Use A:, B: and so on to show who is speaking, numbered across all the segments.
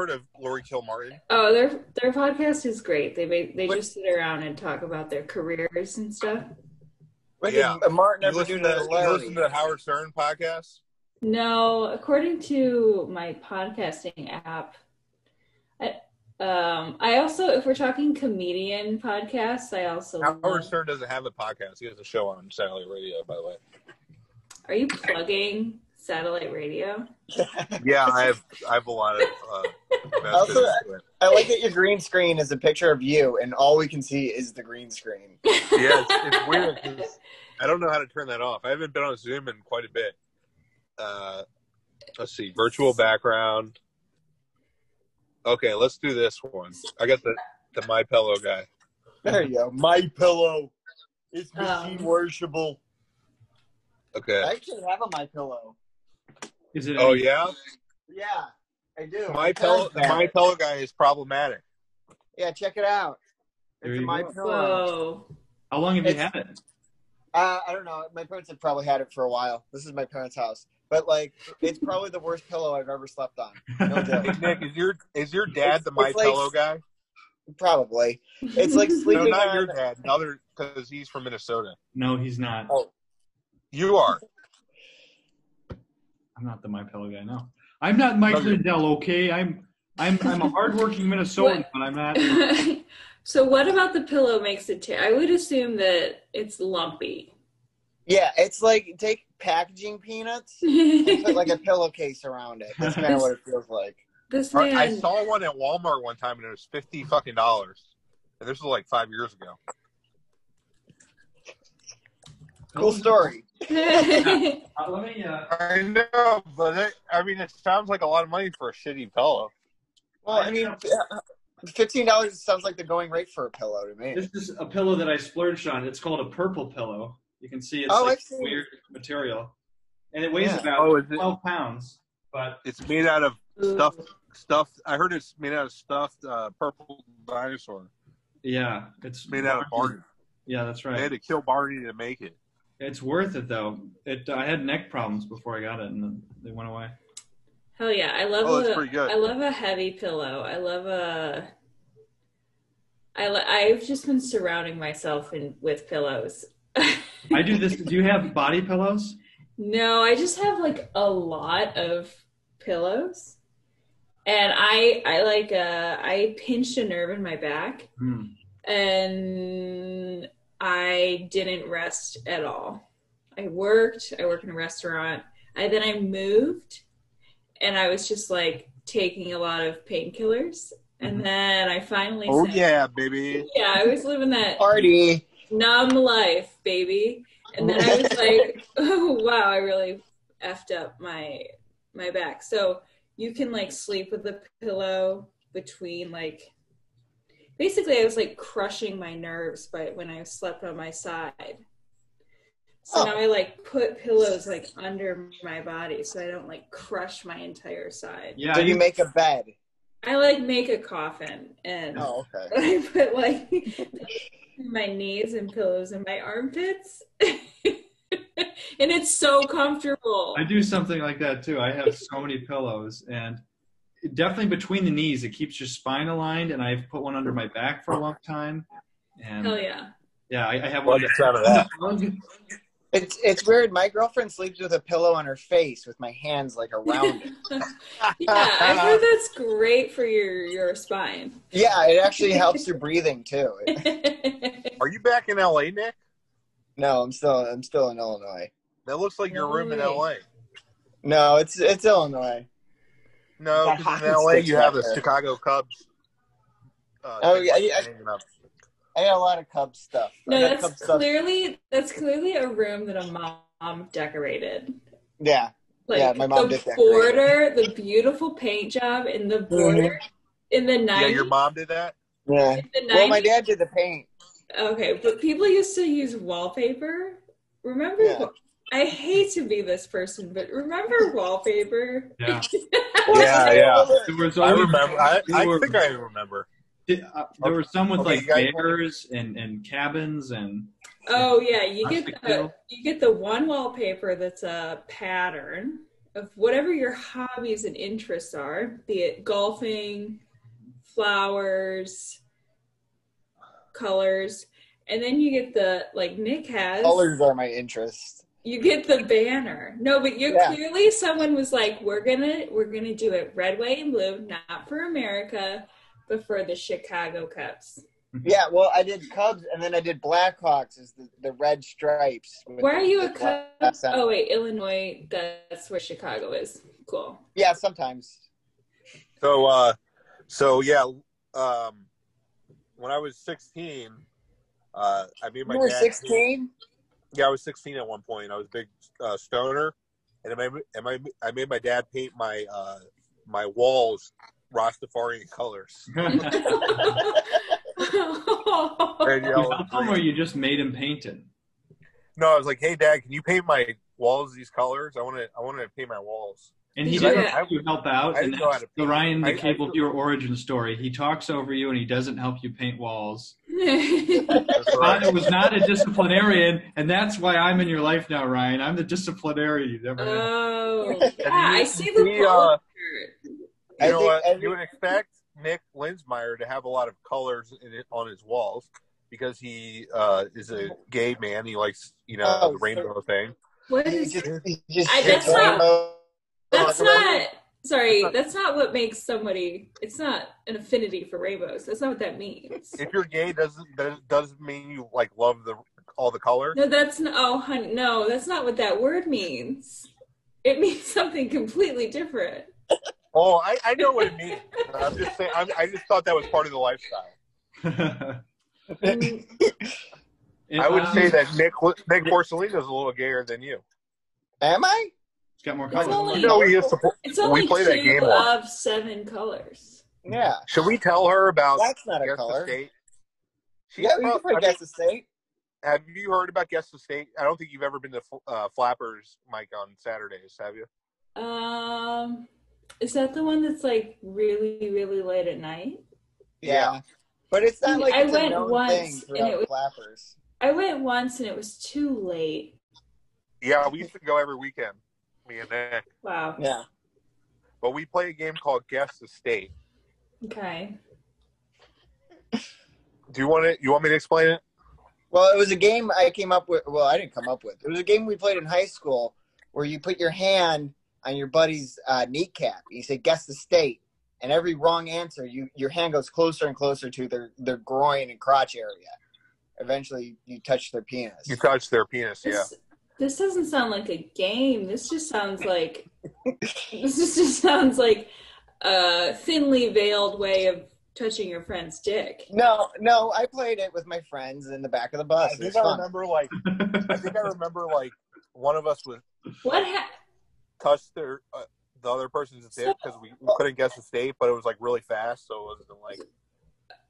A: heard of Lori Kilmartin?
B: Oh, their their podcast is great. They ma- they
C: What-
B: just sit around and talk about their careers and stuff.
C: Look
A: Yeah.
C: at Martin
A: You
C: ever
A: listen,
C: doing
A: to,
C: that.
A: you listen to the Howard Stern podcast?
B: No, according to my podcasting app, I, um, I also, if we're talking comedian podcasts, I also.
A: Howard
B: love-
A: Stern doesn't have a podcast. He has a show on satellite radio, by the way.
B: Are you plugging satellite radio?
A: Yeah, I have I have a lot of uh, investors
C: Also,
A: in it.
C: I like that your green screen is a picture of you, and all we can see is the green screen.
A: yeah, it's, it's weird. 'cause I don't know how to turn that off. I haven't been on Zoom in quite a bit. Uh, let's see, virtual background. Okay, let's do this one. I got the the My Pillow guy.
C: There you go. My pillow. It's
B: Um.
C: machine worshipable. I
A: Okay.
C: actually have a my pillow.
D: Is it?
A: Oh
D: any-
A: yeah,
C: Yeah, I do.
A: My Pillow. The My Pillow guy is problematic.
C: Yeah, check it out.
D: There
C: It's a
D: you
C: my
D: go.
C: pillow.
B: Whoa.
D: How long have you
C: It's-
D: had it?
C: Uh, I don't know. My parents have probably had it for a while. This is my parents' house, but like, it's probably the worst pillow I've ever slept on. No
A: Hey,
C: doubt.
A: Nick, is your is your dad
C: It's-
A: the My
C: it's like-
A: Pillow guy?
C: Probably. It's like
A: No,
C: sleeping
A: not
C: on.
A: your dad. Another because he's from Minnesota.
D: no, he's not.
C: Oh.
A: You are.
D: I'm not the My Pillow guy. No, I'm not Mike
A: Okay.
D: Lindell. Okay, I'm I'm I'm a hardworking Minnesotan,
B: What?
D: but I'm not.
B: so, what about the pillow makes it? ta- I would assume that it's lumpy.
C: Yeah, it's like take packaging peanuts and put like a pillowcase around it. That's kind of what it feels like.
B: this man.
A: I saw one at Walmart one time and it was fifty fucking dollars. And this was like five years ago.
C: Cool story.
D: Uh, let me. Uh,
A: I know, but it, I mean, it sounds like a lot of money for a shitty pillow.
C: Well, I mean, fifteen dollars sounds like the going rate for a pillow to me.
D: this is a pillow that I splurged on. It's called a purple pillow. You can see it's
C: Oh,
D: like
C: I've seen it.
D: weird material, and it weighs
C: Yeah.
D: about
A: Oh, is it-
D: twelve pounds. But
A: It's made out of
B: Ooh.
A: stuffed stuffed. I heard it's made out of stuffed uh, purple dinosaur.
D: yeah, it's
A: It's made out of Barney.
D: Yeah, that's
A: They
D: right.
A: had to kill Barney to make it.
D: It's worth it though. It I had neck problems before I got it, and then they went away.
B: Hell yeah, I love.
A: Oh, that's
B: a-
A: pretty good.
B: I love a heavy pillow. I love a. I li- I've just been surrounding myself in with pillows.
D: I do this. Do you have body pillows?
B: No, I just have like a lot of pillows, and I I like uh I pinched a nerve in my back,
D: Hmm.
B: and I didn't rest at all. I worked. I work in a restaurant. I then I moved, and I was just like taking a lot of painkillers, and then I finally
A: Oh
B: said-
A: yeah, baby.
B: yeah, I was living that
C: Oh, Party.
B: numb life, baby. And then I was like, oh wow, I really effed up my my back. So you can like sleep with the pillow between like basically I was like crushing my nerves but when I slept on my side. So
C: Oh.
B: now I like put pillows like under my body so I don't like crush my entire side.
D: Yeah,
C: Did
D: I
C: you make a bed?
B: I like make a coffin and
C: Oh, okay.
B: I put like my knees and pillows in my armpits. and it's so comfortable.
D: I do something like that too. I have so many pillows, and definitely between the knees, it keeps your spine aligned. And I've put one under my back for a long time. And
B: Hell yeah.
D: yeah, I, I have
A: Love
D: one.
A: the sound of that.
D: Plug.
C: It's it's weird. My girlfriend sleeps with a pillow on her face with my hands like around it.
B: Yeah, I heard that's great for your your spine.
C: Yeah, it actually helps your breathing too.
A: Are you back in L.A., Nick?
C: No, I'm still I'm still in Illinois.
A: That looks like your
B: No
A: room in
B: way.
A: L.A.
C: No, it's it's Illinois.
A: No,
C: That
A: 'cause in
C: hockey
A: LA
C: stick's
A: you have
C: right
A: the
C: there.
A: Chicago Cubs. Uh,
C: Oh, yeah,
A: thing
C: yeah.
A: hanging up.
C: I got a lot of Cubs stuff. I
B: no,
C: got
B: that's
C: Cubs stuff.
B: clearly that's clearly a room that a mom decorated.
C: Yeah,
B: Like
C: Yeah, my mom
B: the
C: did decorate Mm-hmm.
B: border, the beautiful paint job in the border in the 90s.
A: yeah, your mom did that.
C: yeah.
B: in the 90s
C: Well, my dad did the paint.
B: Okay, but people used to use wallpaper. Remember?
C: Yeah.
B: I hate to be this person, but remember wallpaper?
D: Yeah,
A: Yeah, yeah.
D: there was
A: I
D: always-
A: remember. I,
D: there
A: I
D: were-
A: think I remember.
D: uh, there were some with
A: Okay,
D: like
A: you guys-
D: bears and and cabins and
B: Oh yeah, you
D: Plastic
B: get the
D: bill.
B: you get the one wallpaper that's a pattern, of whatever your hobbies and interests are, be it golfing, flowers, colors, and then you get the like Nick has
C: Colors are my interest.
B: you get the banner. No, but you
C: Yeah.
B: clearly someone was like, we're gonna we're gonna do it red, white, and blue, not for America, but for the Chicago Cubs.
C: Yeah, well, I did Cubs and then I did Blackhawks as the, the red stripes. with
B: Why are
C: the-
B: you a
C: the
B: Cub?
C: black sound.
B: Oh wait, Illinois. That's where Chicago is. Cool.
C: Yeah, sometimes.
A: So, uh, so yeah, um, when I was 16, uh, I mean, my
C: You were
A: dad-
C: 16?
A: Yeah, I was 16 at one point. I was a big uh, stoner, and I made, and my, I made my dad paint my uh, my walls Rastafarian colors. And, you know,
D: You helped him or you just made him paint it?
A: no, I was like, "Hey, Dad, can you paint my walls these colors? I want to, I want to paint my walls."
D: And he
B: Yeah.
D: didn't
A: I-
D: help you help out.
A: I
D: and
A: didn't know how
D: that's
A: to
D: the
A: paint.
D: Ryan
A: I- I-
D: McCabe with your origin story. He talks over you and he doesn't help you paint walls.
A: That's right.
D: Ryan was not a disciplinarian, and that's why I'm in your life now, Ryan. I'm the disciplinarian you've ever had.
B: oh, yeah, I see the
A: He, uh,
B: polo shirt.
A: You
C: I
A: know
C: think-
A: what?
C: I
A: you
C: think-
A: would expect Nick Linsmeyer to have a lot of colors in it, on his walls because he uh, is a gay man. He likes, you know,
C: Oh,
A: the
C: so-
A: rainbow thing.
B: What
C: He
B: is
C: just, he just
B: I- that's
C: shits
B: not-
C: rainbow.
B: That's
C: Oh,
B: not. Sorry, that's not what makes somebody. It's not an affinity for rainbows. That's not what that means.
A: If you're gay, doesn't that doesn't mean you like love the all the color?
B: No, that's not. Oh, honey, no, that's not what that word means. It means something completely different.
A: Oh, I, I know what it means. I'm just saying. I'm, I just thought that was part of the lifestyle.
D: And,
A: I would
D: um,
A: say that Nick Nick Porcelino is a little gayer than you.
C: Am I?
D: It's got more
B: It's
D: color.
B: only-
A: You know he is. Support-
B: It's only
A: play
B: two
A: that game a lot.
B: of seven colors.
A: Mm-hmm.
C: Yeah.
A: Should we tell her about
C: That's not a
A: Guess the
C: color.
A: State? She's
C: Yeah, we
A: prob-
C: can play
A: I mean,
C: guess the state.
A: Have you heard about Guess the State? I don't think you've ever been to Fl- uh, Flappers, Mike, on Saturdays, have you?
B: Um, is that the one that's like really, really late at night?
A: Yeah.
C: Yeah. But it's not like
B: I
C: it's a
B: went
C: known
B: once,
C: thing
B: and
C: throughout
B: it was-
C: flappers.
B: I went once and it was too late.
A: Yeah, we used to go every weekend, me and Nick.
B: Wow.
C: Yeah.
A: But we play a game called Guess the State.
B: Okay.
A: Do you want it? You want me to explain it?
C: Well, it was a game I came up with. Well, I didn't come up with. It was a game we played in high school where you put your hand on your buddy's uh, kneecap. You say, guess the state. And every wrong answer, you your hand goes closer and closer to their, their groin and crotch area. Eventually, you touch their penis.
A: You touch their penis, yeah.
B: This, this doesn't sound like a game. This just sounds like this just, just sounds like a thinly veiled way of touching your friend's dick.
C: No, no, I played it with my friends in the back of the bus.
A: I
C: It was
A: think I
C: fun.
A: remember like I think I remember like one of us was
B: What ha-
A: touched their uh, the other person's dick because we, we couldn't guess the state, but it was like really fast, so it wasn't like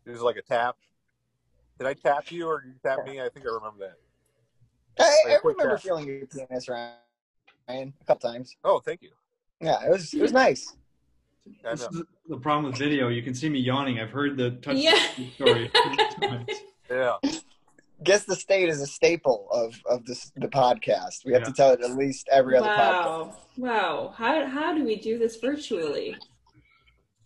A: it was like a tap. Did I tap you or did you tap me? I think I remember that.
C: I, I
A: Like, quick
C: remember
A: tap.
C: feeling your penis, Ryan, a couple times.
A: Oh, thank you.
C: Yeah, it was it was nice.
A: I
D: This
A: know.
D: is the problem with video. You can see me yawning. I've heard the touch
B: Yeah.
D: story. It's
A: Yeah.
C: Guess the state is a staple of of this the podcast. We have to
D: Yeah.
C: tell it at least every other podcast.
B: wow. Wow. How how do we do this virtually?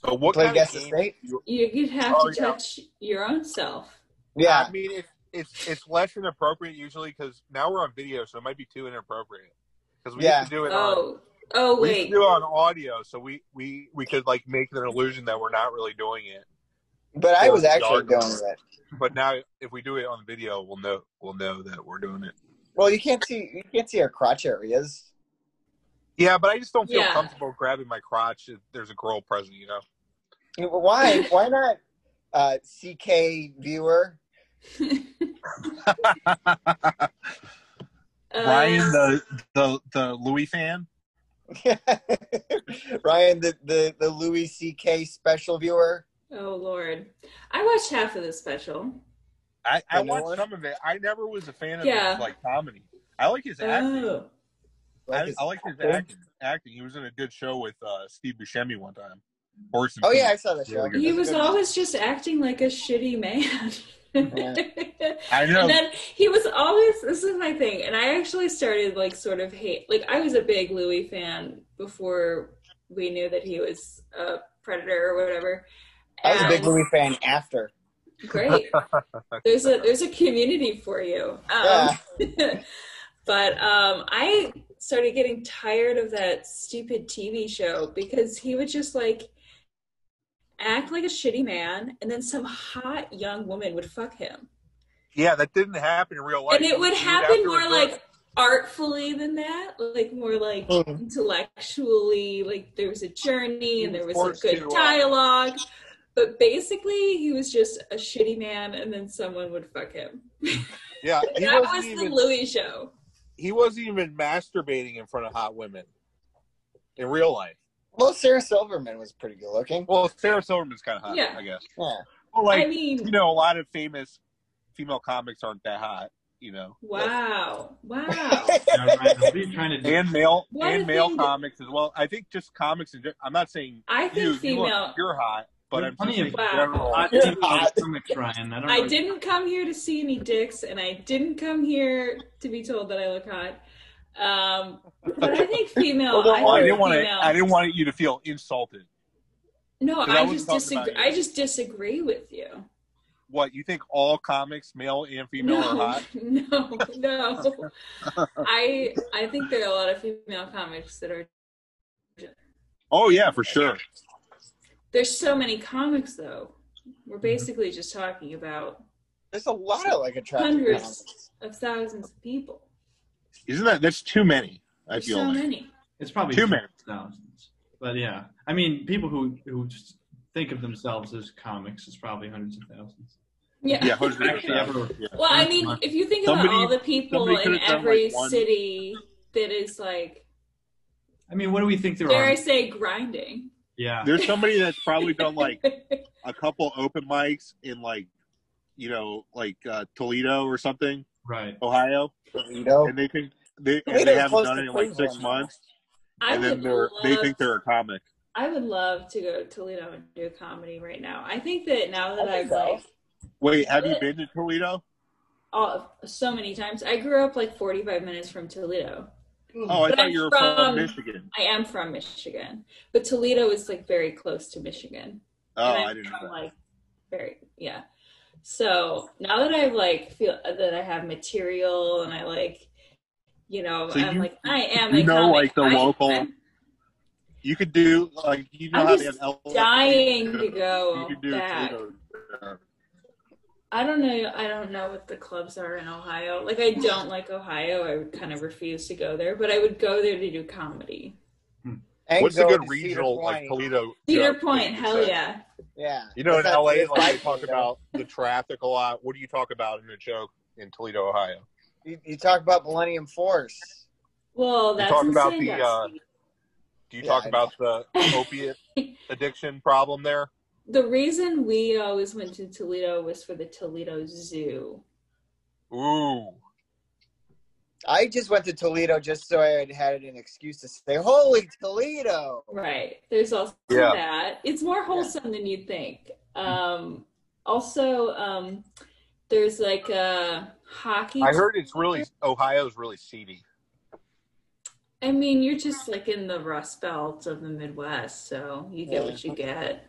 A: So what
C: Play
A: kind
C: guess
A: of
C: the
A: game-
C: state.
B: You, you'd have
A: Oh,
B: to
A: yeah.
B: touch your own self.
C: Yeah,
A: I mean, it's it's it's less inappropriate usually because now we're on video, so it might be too inappropriate. Because we
C: Yeah.
A: used to do it on
B: Oh. Oh
A: we used
B: wait.
A: to do it on audio, so we we we could like make an illusion that we're not really doing it.
C: but I was actually
A: Yard.
C: doing it.
A: But now, if we do it on video, we'll know we'll know that we're doing it.
C: Well, you can't see you can't see our crotch areas.
A: Yeah, but I just don't feel
B: Yeah.
A: comfortable grabbing my crotch if there's a girl present, you know?
C: Why why not? Uh, CK viewer.
B: Uh,
A: the the the Louis fan.
C: Ryan, the, the, the Louis CK special viewer.
B: oh Lord. I watched half of the special.
A: I, I
C: The
A: watched
C: Lord?
A: some of it. I never was a fan of
B: Yeah.
A: his like comedy. I like his acting.
B: Oh.
A: I,
C: Like
A: I like his
C: acting?
A: acting. Acting. He was in a good show with uh, Steve Buscemi one time. Horse and
C: oh
A: Pete.
C: yeah, I saw the show.
A: Really good.
B: He was always just acting like a shitty man.
E: I know.
B: And then he was always this is my thing, and I actually started like sort of hate like I was a big Louis fan before we knew that he was a predator or whatever.
C: I was a big
B: And-
C: Louis fan after.
B: Great. There's a there's a community for you. Um, but um, I started getting tired of that stupid TV show because he would just like act like a shitty man, and then some hot young woman would fuck him,
A: Yeah, that didn't happen in real life.
B: and it would
A: You'd have
B: happen
A: to
B: more
A: reverse-
B: like artfully than that, like more like
C: Mhm.
B: intellectually. Like there was a journey and there was a
A: Forced
B: good
A: to, uh,
B: dialogue. But basically, he was just a shitty man, and then someone would fuck him.
A: yeah, he
B: that
A: wasn't
B: was
A: even
B: the Louis show.
A: he wasn't even masturbating in front of hot women in real life.
C: Well, Sarah Silverman was pretty good looking.
A: Well, Sarah Silverman's kind of hot,
B: Yeah.
A: I guess.
C: Yeah.
A: Well, like
B: I
A: you
B: mean,
A: know, a lot of famous female comics aren't that hot, you know,
B: wow, wow.
D: Now, Ryan, what are you trying to do?
A: and male
B: What a
A: and male
B: thing to-
A: comics as well. I think just comics. In, gen- I'm not saying
B: I think
A: you, you
B: female.
A: look, you're hot, but
D: There's
A: I'm just
D: plenty
A: saying
D: of
B: Wow.
A: general.
D: hot
C: Yeah.
D: female comics, Ryan. I don't know.
B: I didn't come here to see any dicks, and I didn't come here to be told that I look hot. Um, but I think female.
C: Well,
A: Well, I didn't want to.
B: female-
A: I didn't want you to feel insulted.
B: No,
A: 'cause I
B: I
A: was
B: just
A: talking
B: disagree.
A: about you.
B: I just disagree with you.
A: What you think? All comics, male and female, are
B: no,
A: hot.
B: no, no. I I think there are a lot of female comics that are.
A: Oh yeah, for sure.
B: There's so many comics though. We're
A: Mm-hmm.
B: basically just talking about
C: There's a lot of like attractive
B: Hundreds.
C: comics.
B: of thousands of people.
A: Isn't that that's too many? I
B: There's
A: feel
B: so
A: like.
B: many.
D: It's probably
A: Two men.
D: thousands. But yeah, I mean, people who who just think of themselves as comics is probably hundreds of thousands.
B: Yeah.
A: Yeah, hundreds of
D: Actually,
A: thousands.
D: ever
A: Yeah.
B: Well, I mean, if you think
A: Somebody-
B: about all the people
A: somebody
B: in
A: could've done,
B: every
A: like, one-
B: city that is like,
D: I mean, what do we think there
B: dare I
D: are?
B: say, grinding.
D: Yeah,
A: There's somebody that's probably done like a couple open mics in like, you know, like uh, Toledo or something,
D: right.
A: Ohio,
C: Toledo.
A: and they think they and they
C: Toledo's
A: haven't
C: Oh. close
A: done
C: to
A: it in like six
C: Cleveland.
A: months,
B: I
A: and
B: would
A: then they're
B: love,
A: they think they're a comic.
B: I would love to go to Toledo and do comedy right now. I think that now that
C: I
B: I've
C: think so.
B: like
A: Wait, have you been to Toledo?
B: all so many times, I grew up like 45 minutes from Toledo.
A: Oh, I
B: But
A: thought
B: I'm
A: you were
B: from-
A: from Michigan.
B: I am from Michigan, but Toledo is like very close to Michigan.
A: Oh,
B: And I'm
A: I didn't know
B: from,
A: that.
B: Like, very yeah. So now that I've like feel that I have material and I like, you know,
A: So
B: I'm
A: you-
B: like I am.
A: you
B: a
A: know,
B: comic.
A: like, the
B: I-
A: local-
B: I'm
A: You could do like you know
B: I'm
A: how they have
B: just
A: L-
B: dying to
A: You
B: go
A: could do
B: back.
A: Toledo. uh,
B: I don't know. I don't know what the clubs are in Ohio. Like I don't like Ohio. I would kind of refuse to go there, but I would go there to do comedy.
C: And
A: What's a
C: go
A: good
C: to Cedar
A: regional like
C: Point.
A: Toledo?
B: Cedar
A: joke that
B: Point,
A: you
B: hell
A: said?
B: yeah.
C: Yeah.
A: You know, in
C: That's not-
A: LA,
C: that's
A: like
C: like
A: you talk
C: Toledo.
A: about the traffic a lot. What do you talk about in a joke in Toledo, Ohio?
C: You, you talk about Millennium Force.
B: Well, that's
A: talking about
B: insane
A: the, uh,
B: Dusty.
A: Do you
C: Yeah,
A: talk
C: I
A: about the opiate addiction problem there?
B: the reason we always went to Toledo was for the Toledo Zoo.
A: Ooh,
C: I just went to Toledo just so I had an excuse to say, "Holy Toledo!"
B: Right. There's also
A: Yeah.
B: that. It's more wholesome than you'd think. Um, also, um, there's like a hockey.
A: I heard it's really Ohio's really seedy.
B: I mean, you're just like in the Rust Belt of the Midwest, so you get what you get.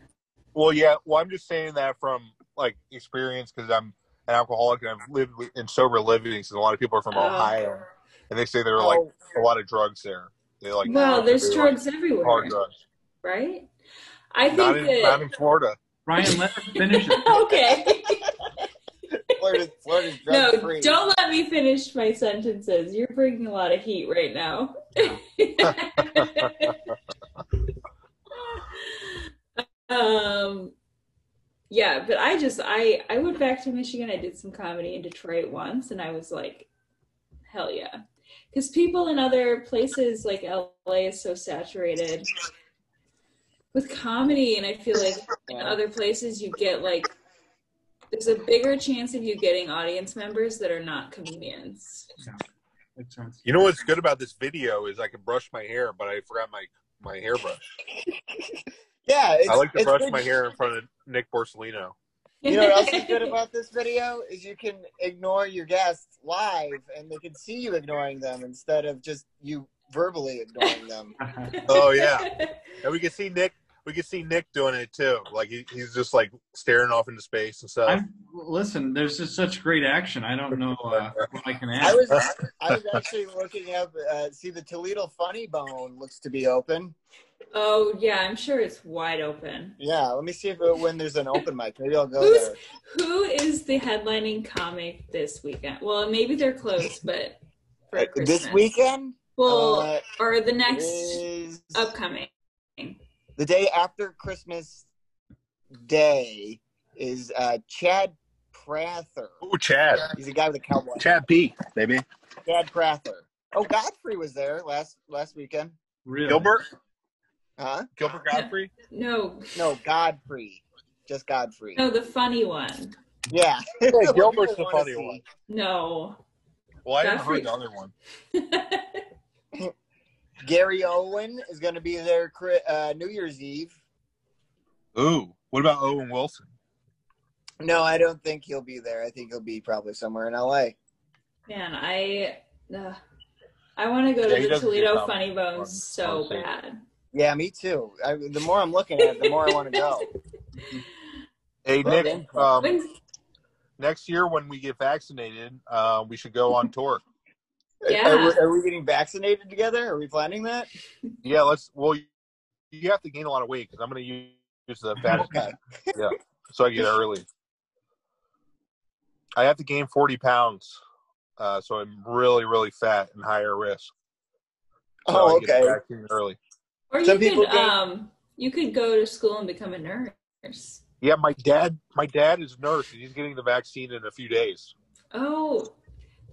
A: Well, yeah. Well, I'm just saying that from like experience because I'm an alcoholic and I've lived with- in sober living. So a lot of people are from
B: Uh,
A: Ohio, and they say there are like
C: Oh,
A: a lot of drugs there. They like
B: well, there's
A: they're, like,
B: drugs everywhere,
A: hard drugs.
B: right? I think
A: Not in,
B: that.
A: not in Florida.
D: Ryan, let her finish it.
B: okay.
C: Florida's, Florida's
B: No,
C: drug free.
B: don't let me finish my sentences. You're bringing a lot of heat right now. um yeah, but I just I I went back to Michigan. I did some comedy in Detroit once and I was like hell yeah. Cuz people in other places like LA is so saturated with comedy and I feel like in other places you get like there's a bigger chance of you getting audience members that are not comedians.
D: Makes sense.
A: You know what's good about this video is I can brush my hair, but I forgot my my hairbrush.
C: Yeah, it's,
A: I like to
C: it's
A: brush
C: good-
A: my hair in front of Nick Borsellino.
C: You know what else is good about this video is you can ignore your guests live, and they can see you ignoring them instead of just you verbally ignoring them.
A: Oh, yeah. And we can see Nick. We can see Nick doing it too. Like he, he's just like staring off into space and stuff.
D: I'm, listen, there's just such great action. I don't know uh, what I can add.
C: I was I was actually looking up. Uh, see, the Toledo Funny Bone looks to be open.
B: Oh yeah, I'm sure it's wide open.
C: Yeah, let me see if uh, when there's an open mic. Maybe I'll go
B: Who's-
C: there.
B: Who is the headlining comic this weekend? Well, maybe they're close, but for
C: Uh,
B: Christmas.
C: This weekend
B: well,
C: uh,
B: or the next
C: is
B: upcoming.
C: the day after Christmas Day is uh, Chad Prather.
A: Ooh, Chad.
C: He's a guy with a cowboy.
A: Chad P. Baby.
C: Chad Prather. Oh, Godfrey was there last last weekend.
D: Really.
A: Gilbert.
C: Huh?
A: Gilbert Godfrey.
B: No,
C: No, Godfrey. Just Godfrey.
B: no, the funny one.
C: Yeah.
A: Hey, Gilbert's the
C: People wanna
A: funny
C: see.
A: one.
B: No.
A: Well, I haven't
B: Godfrey.
A: heard the other one.
C: Gary Owen is going to be there Chri- uh, New Year's Eve.
A: Ooh. What about Owen Wilson?
C: No, I don't think he'll be there. I think he'll be probably somewhere in LA.
B: Man, I uh, I want to go
A: Yeah,
B: to
A: he
B: the
A: doesn't do
B: Toledo
A: comedy
B: Funny
A: on-
B: Bones so
A: on stage.
B: bad.
C: Yeah, me too. I, the more I'm looking at it, the more I want to go.
A: Hey
C: Well,
A: Nick.
C: then.
A: Um,
B: When-
A: next year when we get vaccinated, uh, we should go on tour.
B: Yeah.
C: Are, we, are we getting vaccinated together? Are we planning that?
A: Yeah. Let's. Well, you have to gain a lot of weight because I'm going to use the fat.
C: Okay.
A: so I get it early. I have to gain 40 pounds, uh, so I'm really, really fat and higher risk. So
C: Oh,
A: I get the
C: okay.
A: vaccine early.
B: or you
C: Some people
B: could
C: go-
B: um you could go to school and become a nurse.
A: Yeah, my dad, my dad is a nurse, and he's getting the vaccine in a few days.
B: Oh,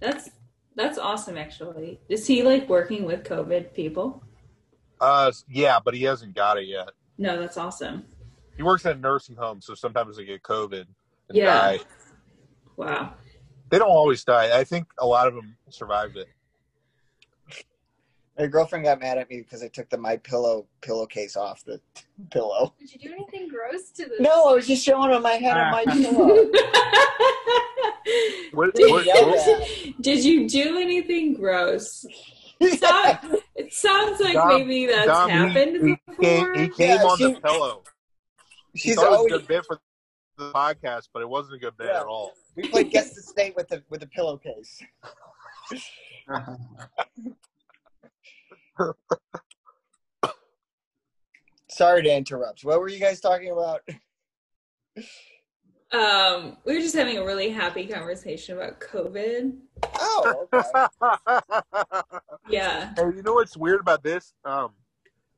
B: that's that's awesome. Actually, is he like working with COVID people?
A: Uh, yeah, but he hasn't got it yet.
B: No, that's awesome.
A: He works at a nursing home, so sometimes they get COVID and
B: Yeah.
A: die.
B: Wow.
A: They don't always die. I think a lot of them survived it.
C: My girlfriend got mad at me because I took the my pillow pillowcase off the pillow.
E: Did you do anything gross to this?
C: No, I was just showing her my head on
A: Ah.
C: my pillow.
A: What,
C: Did
A: what-
C: he yell at me?
B: Did you do anything gross? Stop. It sounds like
A: Dom-
B: maybe that's
A: Dom, he-
B: happened
A: he,
B: before.
A: came, he came
C: Yeah,
A: on
C: she-
A: the pillow. He
C: She's
A: thought it was
C: always
A: a good bit for the podcast, but it wasn't a good bit
C: Yeah.
A: at all.
C: we played guess the state with the with the pillowcase.
A: Uh-huh.
C: Sorry to interrupt. What were you guys talking about?
B: um, we were just having a really happy conversation about COVID.
C: Oh, okay.
A: hey,
B: Yeah.
A: you know what's weird about this? Um,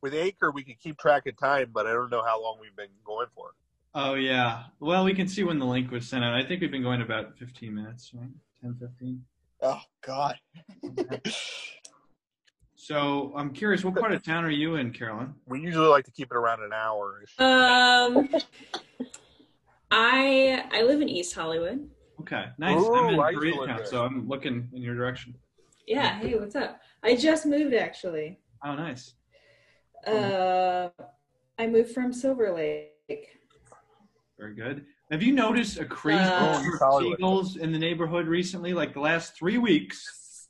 A: with Acre, we could keep track of time, but I don't know how long we've been going for.
D: Oh yeah. Well, we can see when the link was sent out. I think we've been going about 15 minutes, right? 10, 15.
C: Oh God.
D: So I'm curious, what part of town are you in, Carolyn?
A: We usually like to keep it around an hour.
B: Um, I I live in East Hollywood.
D: Okay, nice.
A: Ooh,
D: I'm in
A: I used to live
D: Koreatown,
A: there.
D: so I'm looking in your direction.
B: Yeah. Hey, what's up? I just moved actually.
D: Oh, nice.
B: Uh, I moved from Silver Lake.
D: Very good. Have you noticed a crazy
B: Uh,
D: number of
A: Hollywood.
D: seagulls in the neighborhood recently? Like the last three weeks,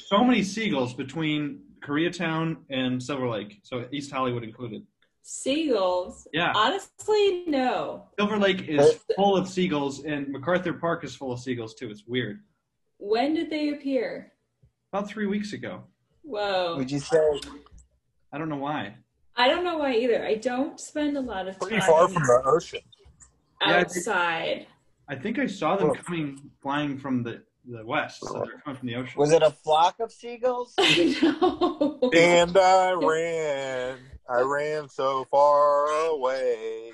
D: so many seagulls between Koreatown and Silver Lake, so East Hollywood included.
B: Seagulls.
D: Yeah,
B: Honestly, no.
D: Silver Lake is full of seagulls, and MacArthur Park is full of seagulls too. It's weird.
B: When did they appear?
D: About three weeks ago.
B: Whoa.
C: Would you say?
D: I don't know why.
B: I don't know why either. I don't spend a lot of
A: Pretty
B: time
A: far from the ocean.
D: Yeah, I think-
B: outside.
D: I think I saw them
A: Oh.
D: coming flying from the, the west, so they're coming from the ocean.
C: Was it a flock of seagulls?
B: I know.
A: And I ran. I ran so far away.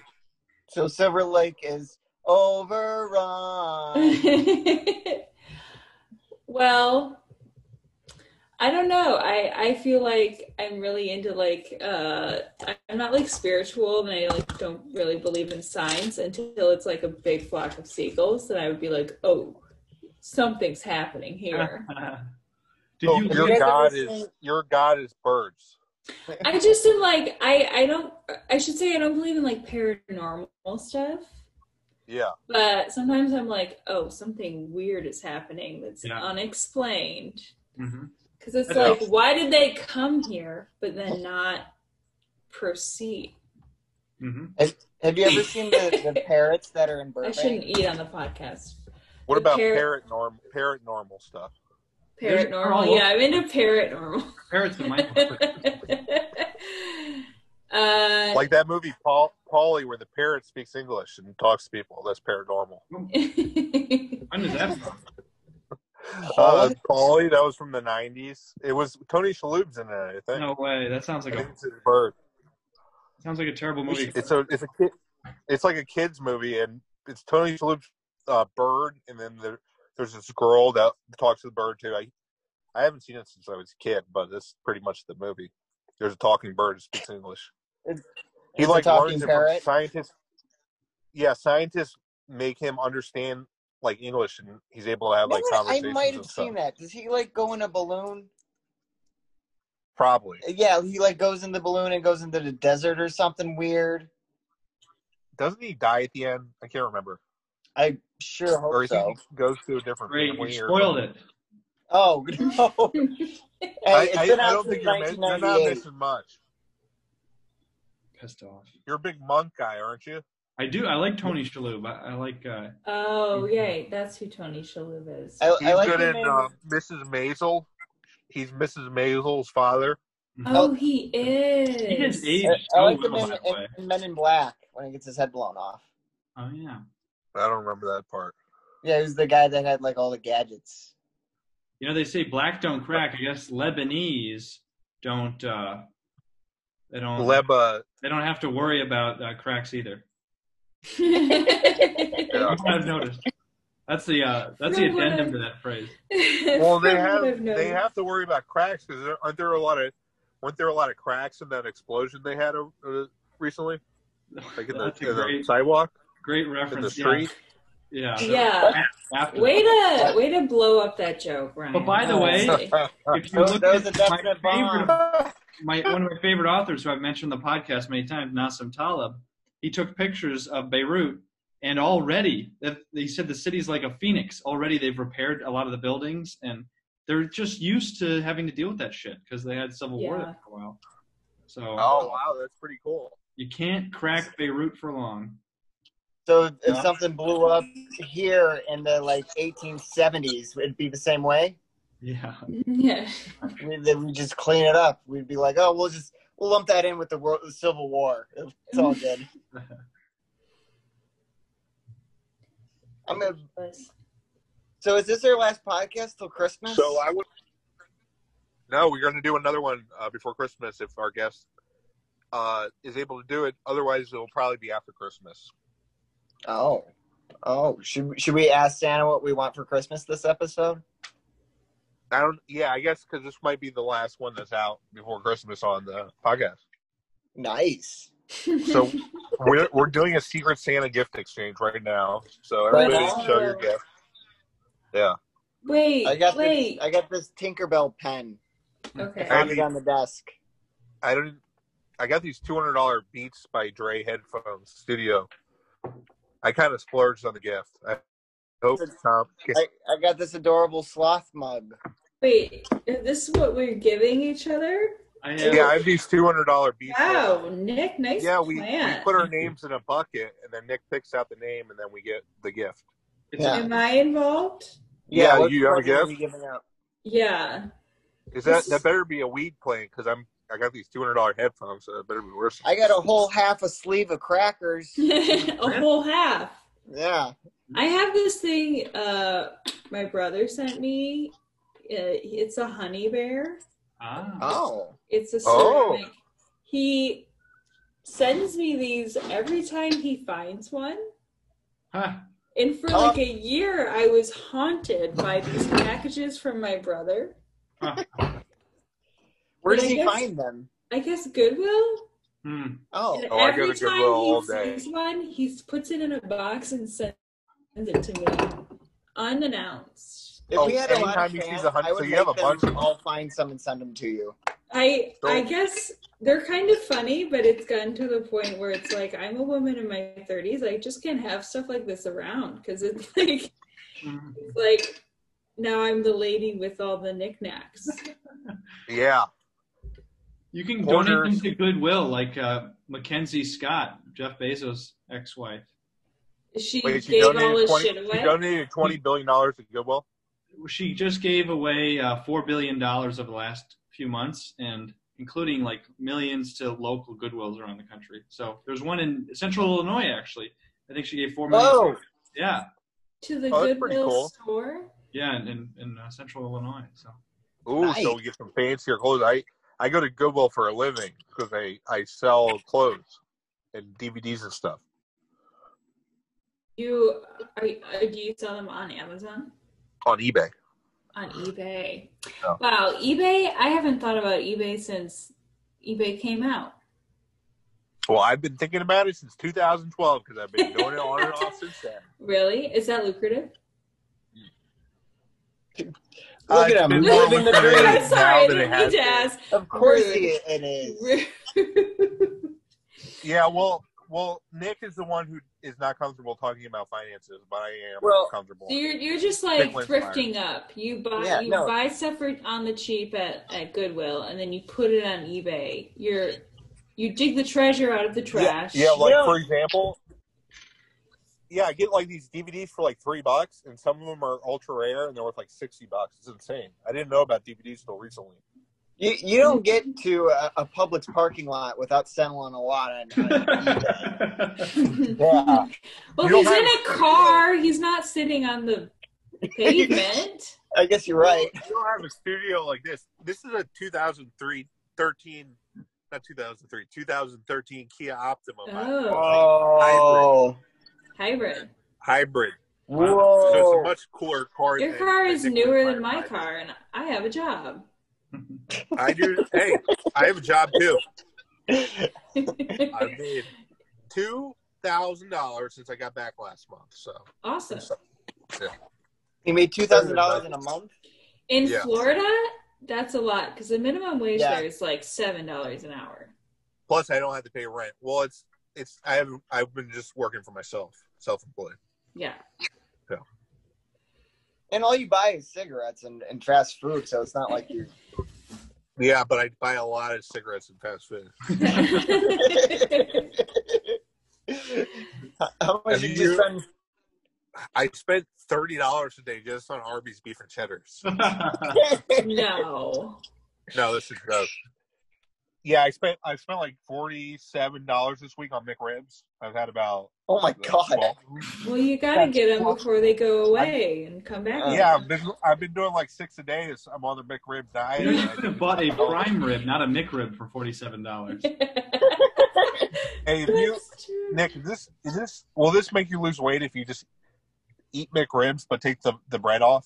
C: So Silver Lake is overrun.
B: well, I don't know. I I feel like I'm really into like uh I'm not like spiritual and I like don't really believe in signs until it's like a big flock of seagulls and I would be like, "Oh, something's happening
D: Uh-huh.
B: here."
D: Did
A: So
D: you
A: Oh, your
C: guys ever
A: god
C: seen-
A: is your god is birds.
B: I just am like I I don't I should say I don't believe in like paranormal stuff.
A: Yeah.
B: But sometimes I'm like, oh, something weird is happening that's
D: Yeah.
B: unexplained.
D: Mhm.
B: Because it's
D: I know.
B: like, why did they come here but then not proceed?
D: Mhm.
C: Have you ever seen the, the parrots that are in
B: I
C: Burbank?
B: shouldn't eat on the podcast.
A: What
B: The
A: about
B: parrot-
A: parrot norm parrot normal stuff?
D: There's- they're all
B: Paranormal.
D: over-
B: Yeah, I'm into paranormal.
D: Parrots in my
B: uh,
A: Like that movie Paul Polly where the parrot speaks English and talks to people. That's paranormal.
D: when did that from?
A: Uh, Polly, that was from the nineties. It was Tony Shalhoub's in it, I think.
D: No way. That sounds
A: I
D: like
A: think
D: a
A: it's his birth.
D: sounds like a terrible movie.
A: It's a it's a kid, it's like a kids movie, and it's Tony Shalhoub's uh, bird, and then there, there's this girl that talks to the bird too. I I haven't seen it since I was a kid, but that's pretty much the movie. There's a talking bird who speaks English.
C: It's-
A: he
C: it's a
A: like
C: talking
A: learns it from
C: parrot?
A: scientists. Yeah, scientists make him understand like English, and he's able to have like
C: I
A: conversations.
C: might have
A: and stuff.
C: seen that. Does he like go in a balloon?
A: Probably
C: Yeah, he like goes in the balloon and goes into the desert or something weird.
A: doesn't he die at the end? I can't remember.
C: I sure hope
A: Or he
C: so.
A: goes to a different
D: Great, you
A: family or
D: spoiled it.
C: Oh no!
A: I,
C: Hey, it's
A: I-
C: been
A: I
C: out
A: don't
C: since
A: think you're, miss- you're not
C: 1998.
A: missing much.
D: Pissed off.
A: You're a big monk guy, aren't you?
D: I do. I like Tony Shalhoub. I, I like. Uh,
B: oh, yay. That's who Tony Shalhoub is.
C: I,
A: He's
C: I like
A: good
C: the
A: in
C: name-
A: uh, Mrs. Maisel. He's Mrs. Maisel's father.
B: Oh, he is.
D: he has aged
C: I, I
D: so
C: like the
D: well.
C: name
D: That way.
C: in, in Men in Black when he gets his head blown off.
D: Oh yeah.
A: I don't remember that part.
C: Yeah, he was the guy that had like all the gadgets.
D: You know they say black don't crack. I guess Lebanese don't. Uh, they don't.
A: Leba.
D: they don't have to worry about uh, cracks either.
A: Yeah.
D: I've noticed. That's the uh, that's the
B: From what
D: addendum
B: I-
D: to that phrase.
A: Well, they
B: From what
A: have
B: I've
A: they
B: noticed.
A: have to worry about cracks because there, aren't there a lot of weren't there a lot of cracks in that explosion they had uh, recently, like in the,
D: That's a
A: in the
D: great,
A: sidewalk
D: great
A: in the
D: reference. yeah.
A: street?
D: Yeah.
B: Yeah.
D: After.
B: Way to way to blow up that joke, Ryan.
D: But by the way-
B: Honestly.
D: If you
C: That was-
D: look
C: that was a
D: at my
C: definite
D: favorite,
C: bomb.
D: my one of my favorite authors who I've mentioned on the podcast many times, Nassim Taleb, he took pictures of Beirut, and already that- he said the city's like a phoenix. Already they've repaired a lot of the buildings, and they're just used to having to deal with that shit because they had civil war
B: Yeah.
D: there for a while. So
A: oh wow, that's pretty cool.
D: you can't crack Beirut for long.
C: So if, if
D: Yeah.
C: something blew up here in the like 1870s, it'd be the same way.
D: Yeah.
B: yeah.
C: We then we just clean it up. We'd be like, oh, we'll just we'll lump that in with the, world, the Civil War. It's all good. I'm gonna, so is this our last podcast till Christmas?
A: So I would. No, we're going to do another one uh, before Christmas if our guest uh, is able to do it. Otherwise, it will probably be after Christmas.
C: oh oh should we- should we ask Santa what we want for Christmas this episode?
A: I don't. Yeah, I guess because this might be the last one that's out before Christmas on the podcast.
C: Nice.
A: So we're we're doing a secret Santa gift exchange right now. So
C: Right
A: everybody
C: now?
A: show your gift. Yeah,
B: wait,
C: I got
B: wait.
C: this. I got this Tinkerbell pen. I
B: okay.
A: I
C: found it
A: mean-
C: on the desk.
A: I didn't. I got these two hundred dollar Beats by Dre headphones studio. I kind of splurged on the gift. I hope Tom.
C: I, I got this adorable sloth mug.
B: Wait, this is what we're giving each other?
D: I have,
A: Yeah, I have these two hundred dollar Beats.
B: Wow, Nick, Oh, nice
A: yeah, we, we
B: plan.
A: put our names in a bucket, and then Nick picks out the name, and then we get the gift.
D: It's
C: Yeah.
D: a,
B: Am I involved?
A: Yeah,
C: what-
A: you have a
C: what are
A: gift?
C: you giving up?
B: Yeah.
A: Is that
B: This
A: that
B: is-
A: better be a weed plant? Because I'm I got these two hundred dollar headphones, so it better be worse.
C: I got a whole half a sleeve of crackers.
B: a whole half.
C: Yeah.
B: I have this thing uh my brother sent me. Uh, It's a honey bear.
D: ah,
C: Oh.
B: It's a
A: Oh.
B: ceramic. He sends me these every time he finds one.
D: Huh.
A: Oh.
B: And for like a year, I was haunted by these packages from my brother.
C: Where
B: But
C: does
B: I
C: he
B: guess-
C: find them?
B: I guess Goodwill.
D: Hmm.
C: Oh.
B: And
A: Oh, I
B: every
A: go to
B: time
A: Goodwill all
B: he
A: day.
B: sees one, he puts it in a box and sends it to me unannounced.
C: If
A: Oh,
C: we had a lot of
A: anytime he sees
C: fans,
A: a hun-
C: I would
A: so you
C: make
A: have a
C: them
A: bunch of-
C: all find some and send them to you.
B: I I
A: So-
B: guess they're kind of funny, but it's gotten to the point where it's like I'm a woman in my 30s. I just can't have stuff like this around because it's like
D: Mhm.
B: it's like now I'm the lady with all the knickknacks.
A: Yeah.
D: You can donate
A: Hoarders.
D: them to Goodwill, like uh, Mackenzie Scott, Jeff Bezos' ex-wife.
B: She
A: Wait, she
B: gave all
A: donated
B: his
A: twenty.
B: shit
A: She
B: away.
A: donated twenty billion dollars to Goodwill.
D: She just gave away uh, four billion dollars over the last few months, and including like millions to local Goodwills around the country. So there's one in Central Illinois, actually. I think she gave four million.
C: Oh,
D: Yeah,
B: to the
A: Oh, that's pretty
B: Goodwill
A: cool.
B: store.
D: yeah, in in, in uh, Central Illinois. So
A: Ooh, so
C: Nice.
A: we get some fancier clothes. I I go to Goodwill for a living because I I sell clothes and DVDs and stuff.
B: You are, you- uh, do you sell them on Amazon?
A: on eBay.
B: On eBay.
A: No.
B: Wow, eBay. I haven't thought about eBay since eBay came out.
A: Well, I've been thinking about it since 2012 because I've been doing it on and off since then.
B: Really? Is that lucrative?
C: Look
A: it's
C: at him
A: been
B: more
C: living the
A: lucrative
C: dream.
B: I'm sorry,
A: now
B: I
A: than it
B: didn't
A: has
B: mean to
A: been.
B: ask.
C: Of course
B: Rude.
C: it it is.
B: Rude.
A: Yeah, well, well, Nick is the one who is not comfortable talking about finances, but I am
C: Well,
A: comfortable.
B: So you're you're just like
A: Big win for
B: thrifting up. You buy
C: Yeah,
B: you
C: no.
B: buy stuff for, on the cheap at, at Goodwill, and then you put it on eBay. You're you dig the treasure out of the trash.
A: Yeah, like
C: Yeah.
A: for example, yeah, I get like these DVDs for like three bucks, and some of them are ultra rare, and they're worth like sixty bucks. It's insane. I didn't know about DVDs until recently.
C: You, you don't get to a, a Publix parking lot without settling a lot on, on Yeah.
B: well,
A: You
B: he's
A: don't
B: in a car. He's not sitting on the pavement.
C: I guess you're right.
A: You don't have a studio like this. This is a 2003, 13, not 2003, 2013 Kia Optima
B: Oh.
C: Oh.
B: Hybrid.
A: hybrid. So it's a
C: Whoa.
A: much cooler car.
B: Your
A: than
B: car
A: I
B: is
A: think we
B: newer
A: might
B: than my
A: like.
B: car, and I have a job.
A: I do. Hey, I have a job too. I've
B: awesome.
A: made two thousand dollars since I got back last month. So
C: He made $2,000 in a month?
B: In
A: Yeah.
B: Florida, that's a lot because the minimum wage
C: Yeah.
B: there is like seven dollars an hour.
A: plus I don't have to pay rent. Well, it's it's I haven't I've been just working for myself, self-employed.
B: Yeah.
C: And all you buy is cigarettes and, and fast food, so it's not like you're.
A: Yeah, but I buy a lot of cigarettes and fast food.
C: How much
A: Have
C: you
A: you-
C: just spend?
A: I spent thirty dollars today just on Arby's beef and cheddars.
B: No.
A: No, this is gross. Yeah, I spent I spent like forty seven dollars this week on McRibs. I've had about
C: Oh my god.
B: Well, you gotta
C: That's
B: get them
C: awful.
B: before they go away and come back.
C: Uh,
A: Yeah, I've been I've been doing like six a day. This- I'm on the McRib
D: you know, you
A: diet.
D: could have bought a prime rib, not a McRib, for forty-seven dollars.
A: hey, if you
B: That's true.
A: Nick, is this is this will this make you lose weight if you just eat McRibs but take the, the bread off?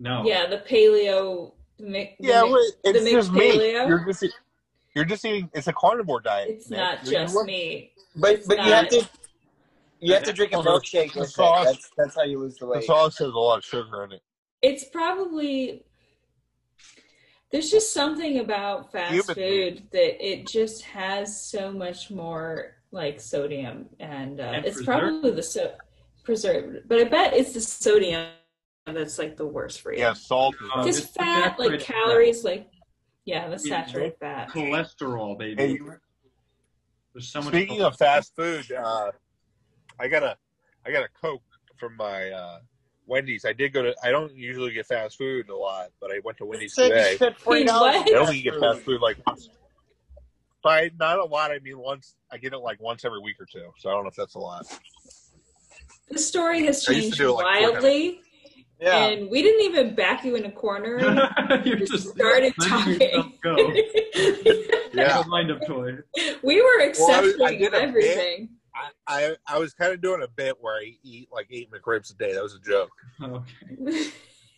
D: No.
B: Yeah, the paleo. Mc, the
A: Yeah,
B: mc-
A: wait, it's
B: the
A: just me.
B: McPaleo?
A: You're just eat- you're just eating. It's a carnivore diet.
B: it's
A: Nick.
B: not
A: You- you
B: just
A: look-
B: me.
C: But
B: It's
C: but you have
B: not.
C: to you have to drink a
A: Oh, the-
C: milkshake
A: the
C: with it.
A: sauce.
C: That's that's how you lose the
A: The
C: weight.
A: sauce has a lot of sugar in it.
B: It's probably there's just something about fast
A: Human
B: food that it just has so much more like sodium and, uh,
D: And
B: it's
D: preserve-
B: probably the so- preservative but i bet it's the sodium that's like the worst for you
A: Yeah, salt. Is
D: Oh,
B: because
D: it's the
B: fat like
D: saturated fat.
B: calories like yeah the
D: Yeah.
B: saturated fat
D: Cholesterol,
A: Hey,
D: baby. There's so much.
A: Speaking of fast food, uh, I got a I got a Coke from my uh, Wendy's. I did go to. I don't usually get fast food a lot, but I went to Wendy's
C: Said you
A: today.
C: spent $40
A: I
B: Wait,
A: don't think you get fast food like once. By not a lot, I mean once. I get it like once every week or two, so I don't know if that's a lot.
B: the story has
A: I used to
B: changed
A: do it, like, four times.
B: wildly
C: Yeah.
B: and we didn't even back you in a corner
D: you just
B: started
D: letting
B: talking.
D: yourself Go.
A: Yeah.
D: Like a wind up toy.
B: we were
A: Well, I was- I
B: accepting
A: did
B: of
A: a bit.
B: everything
A: I, I I was kind of doing a bit where I eat like eight McRibs a day. That was a joke.
D: Oh, Okay.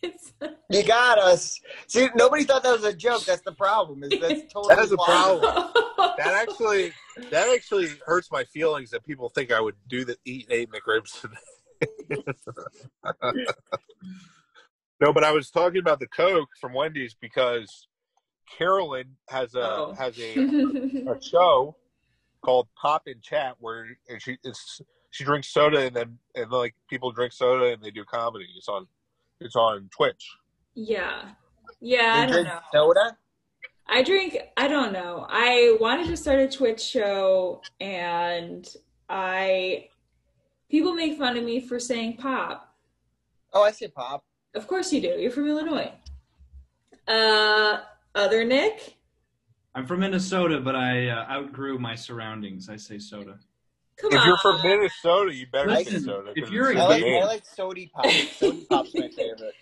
B: It's-
C: You got us. See, nobody thought that was a joke. That's the problem. Is that's totally
A: That is a
C: why-
A: problem. That actually that actually hurts my feelings that people think I would do the eat eight McRibs today. No, but I was talking about the Coke from Wendy's because Carolyn has a
B: Oh.
A: has a, a show called Pop and Chat where and she it's she drinks soda and then and like people drink soda and they do comedy. It's on it's on Twitch.
B: yeah. Yeah, I
C: You
B: don't
C: drink
B: know.
C: soda.
B: I drink, I don't know. I wanted to start a Twitch show and I, people make fun of me for saying pop.
C: Oh, I say pop.
B: Of course you do. You're from Illinois. Uh, other Nick?
D: I'm from Minnesota, but I uh, outgrew my surroundings. I say soda.
B: Come
A: If
B: on.
A: you're from Minnesota, you better say
D: Listen,
A: soda.
D: if
A: 'cause
D: you're
A: it's
C: I
D: a
A: your
C: like
D: gay-
A: name.
C: I like sody pop. Sody pop's my favorite.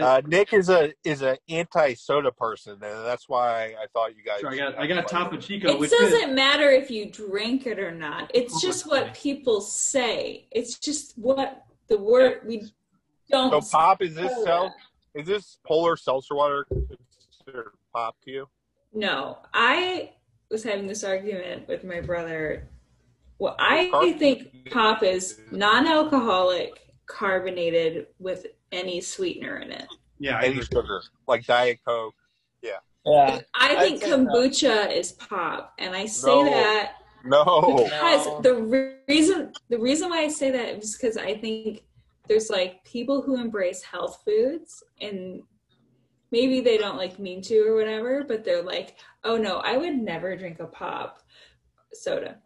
A: uh, Nick is a is an anti soda person, and that's why I thought you guys.
D: So I got I got Topo Chico,
B: it
D: which
B: doesn't
D: is
B: matter if you drink it or not. It's
D: Oh,
B: just
D: okay.
B: what people say. It's just what the word we don't.
A: So pop is this
B: Cola.
A: self? Is this polar seltzer water considered pop to you?
B: No, I was having this argument with my brother. Well, I
A: Carb-
B: think pop is non-alcoholic carbonated with any sweetener in it.
D: yeah. I
A: Any
D: agree.
A: sugar, like Diet Coke.
C: Yeah.
B: I
C: I'd
B: think
C: say no.
B: kombucha is pop, and I say
A: No.
B: that
A: No,
B: Because
C: No.
B: the re- reason the reason why I say that is because I think there's like people who embrace health foods and maybe they don't like mean to or whatever, but they're like, oh no, I would never drink a pop soda.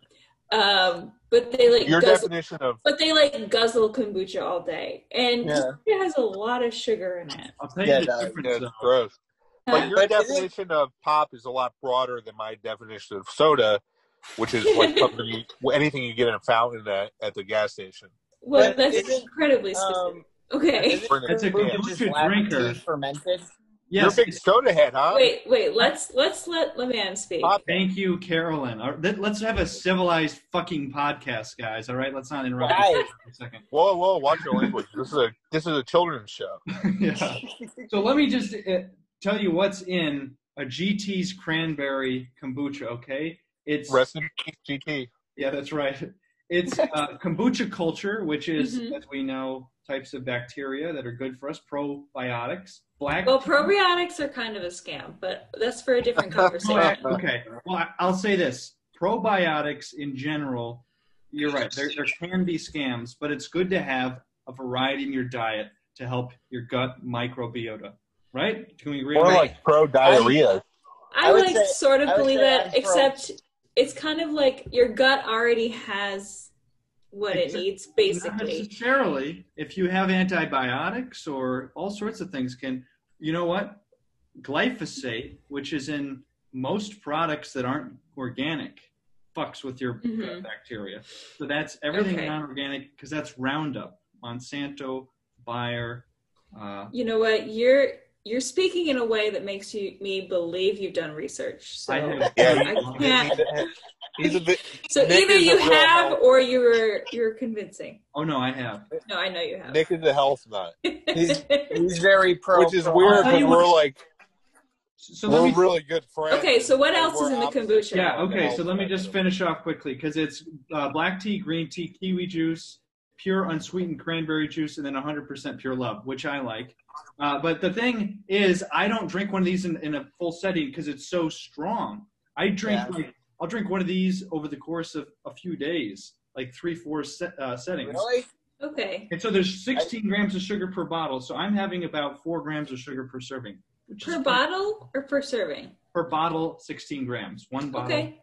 B: Um, but they like
A: your
B: guzzle,
A: definition of
B: but they like guzzle kombucha all day, and
C: Yeah.
B: it has a lot of sugar in it.
D: I'll tell you
C: Yeah,
D: the
C: no,
D: difference
A: yeah, it's
D: though.
A: gross. But your
C: But is it-
A: definition of pop is a lot broader than my definition of soda, which is like something you, anything you get in a fountain at, at the gas station.
B: well,
C: But
B: that's
C: isn't,
B: incredibly specific.
C: Um,
B: okay.
C: isn't
A: It's
D: a
C: kombucha
D: kombucha
C: just lemon
D: drinker.
C: tea fermented?
A: You're
D: Yes.
A: a big soda head, huh?
B: Wait, wait. Let's let's let Levan speak.
A: Pop
D: Thank you, Carolyn. All right, let- Let's have a civilized fucking podcast, guys. All right, let's not interrupt each other for a second.
A: Whoa, whoa! Watch your language. This is a this is a children's show.
D: yeah. So let me just uh, tell you what's in a GT's cranberry kombucha. Okay, it's
A: Rest in peace, GT.
D: yeah, that's right. It's uh, kombucha culture, which is,
B: Mhm.
D: as we know, types of bacteria that are good for us, probiotics. Black
B: Well, probiotics are kind of a scam, but that's for a different conversation.
D: Probi- Oh, okay. Well, I- I'll say this: probiotics in general, you're right. There, there can be scams, but it's good to have a variety in your diet to help your gut microbiota. Right? Can we agree?
A: More
D: on that?
A: like pro diarrhea.
B: I,
C: I would
B: like
C: say-
B: sort of
C: I would
B: believe
C: say
B: that,
C: I'm pro-
B: except it's kind of like your gut already has what it
D: Except-
B: needs,
D: Not
B: basically.
D: necessarily. If you have antibiotics or all sorts of things, can you know what? Glyphosate, which is in most products that aren't organic, fucks with your gut
B: Mhm.
D: bacteria. So that's everything
B: Okay.
D: non-organic because that's Roundup, Monsanto, Bayer. Uh,
B: You know what? You're you're speaking in a way that makes you me believe you've done research. So,
D: I have-
B: I can't.
A: He's a bit,
B: so
A: Nick
B: either
A: is
B: you
A: a real
B: have
A: help.
B: or you're you're convincing.
D: oh no, I have.
B: No, I know you have.
A: Nick is a health nut,
C: He's- He's very pro.
A: which is
C: pro-
A: weird
D: I'll tell
A: because
D: you
A: we're
D: what-
A: like
D: So let
A: we're
D: me
A: really good friends.
B: okay, so what else
A: We're
B: is in the
A: opposite.
B: kombucha?
D: Yeah, okay, so let me just finish off quickly because it's uh, black tea, green tea, kiwi juice, pure unsweetened cranberry juice, and then 100% pure love, which I like. Uh, but the thing is, I don't drink one of these in, in a full setting because it's so strong. I drink,
C: Yeah.
D: like, I'll drink one of these over the course of a few days, like three, four set, uh, settings.
C: Really?
B: Okay,
D: And so there's 16 grams of sugar per bottle, so I'm having about four grams of sugar per serving. Which
B: per
D: is-
B: bottle or per serving?
D: Per bottle, 16 grams. One bottle.
B: Okay,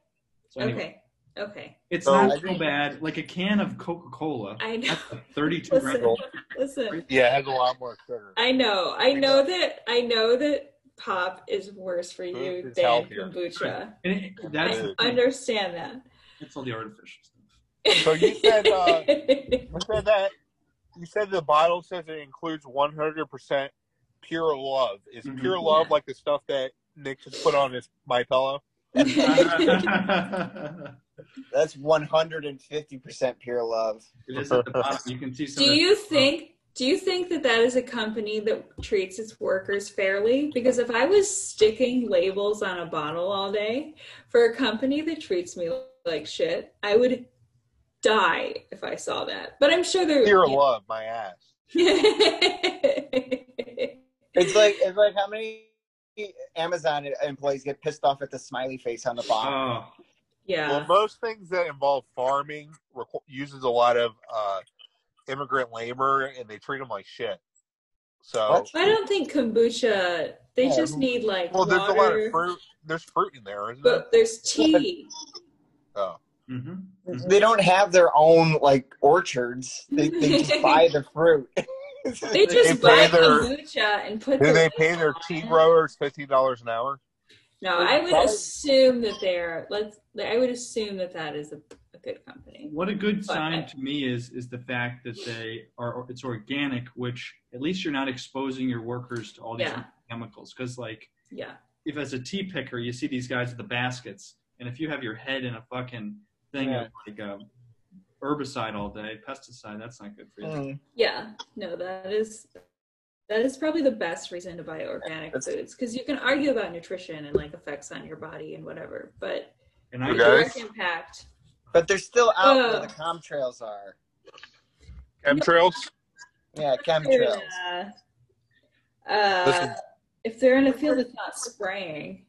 D: So anyway.
B: okay, okay.
D: It's
A: So-
D: not so bad. Like a can of Coca Cola,
B: I know.
D: thirty-two
B: Listen,
D: grams.
B: listen.
A: Yeah, it has a lot more sugar.
B: I know. I know that. I know that pop is worse for
A: Food
B: you
A: is
B: than
A: healthier.
B: kombucha.
D: And it, that's
B: I
D: the thing.
B: understand that.
D: it's all the artificial stuff.
A: So you said, uh, You said that. You said the bottle says it includes 100% pure love. Is
B: Mm-hmm.
D: Mhm.
A: pure love like the stuff that Nick just put on his my pillow?
C: That's 150% pure love.
D: it is at the bottom. You can see some.
B: do
D: of
B: you think? Do you think that that is a company that treats its workers fairly? Because if I was sticking labels on a bottle all day for a company that treats me like shit, I would die if I saw that. But I'm sure they're
A: Pure love, my ass.
C: It's like it's like how many Amazon employees get pissed off at the smiley face on the bottom.
D: Oh,
A: Well,
B: yeah.
A: most things that involve farming requ- uses a lot of uh, immigrant labor, and they treat them like shit. So,
C: What?
B: I don't think kombucha. They
C: Yeah.
B: just need like
A: Oh, well, there's
B: water.
A: a lot of fruit. There's fruit in there, isn't there?
B: But there's tea.
A: Oh,
D: hmm
C: They don't have their own like orchards. They, they just buy the fruit.
B: They
A: They
B: just buy
A: pay their-
B: kombucha and put.
A: do
B: the
A: they
B: label
A: pay their
B: on
A: tea
B: it.
A: growers fifteen dollars an hour?
B: No, I would
C: Probably-
B: assume that they're. Let's. I would assume that that is a, a good company.
D: What a good
B: But-
D: sign to me is is the fact that they are it's organic, which at least you're not exposing your workers to all these
B: Yeah.
D: chemicals. Because like
B: Yeah.
D: if as a tea picker, you see these guys with the baskets, and if you have your head in a fucking thing of like a herbicide all day, pesticide, that's not good for you.
C: Mm.
B: Yeah. No, that is. That is probably the best reason to buy organic
C: That's-
B: foods because you can argue about nutrition and like effects on your body and whatever, but
D: And
B: the
A: You
D: I,
A: guys-
B: direct impact.
C: But they're still out where
B: Ugh.
C: the comtrails are.
A: Chemtrails.
C: Yeah, chemtrails.
B: Yeah. Uh,
A: Listen.
B: if they're in a field that's not spraying,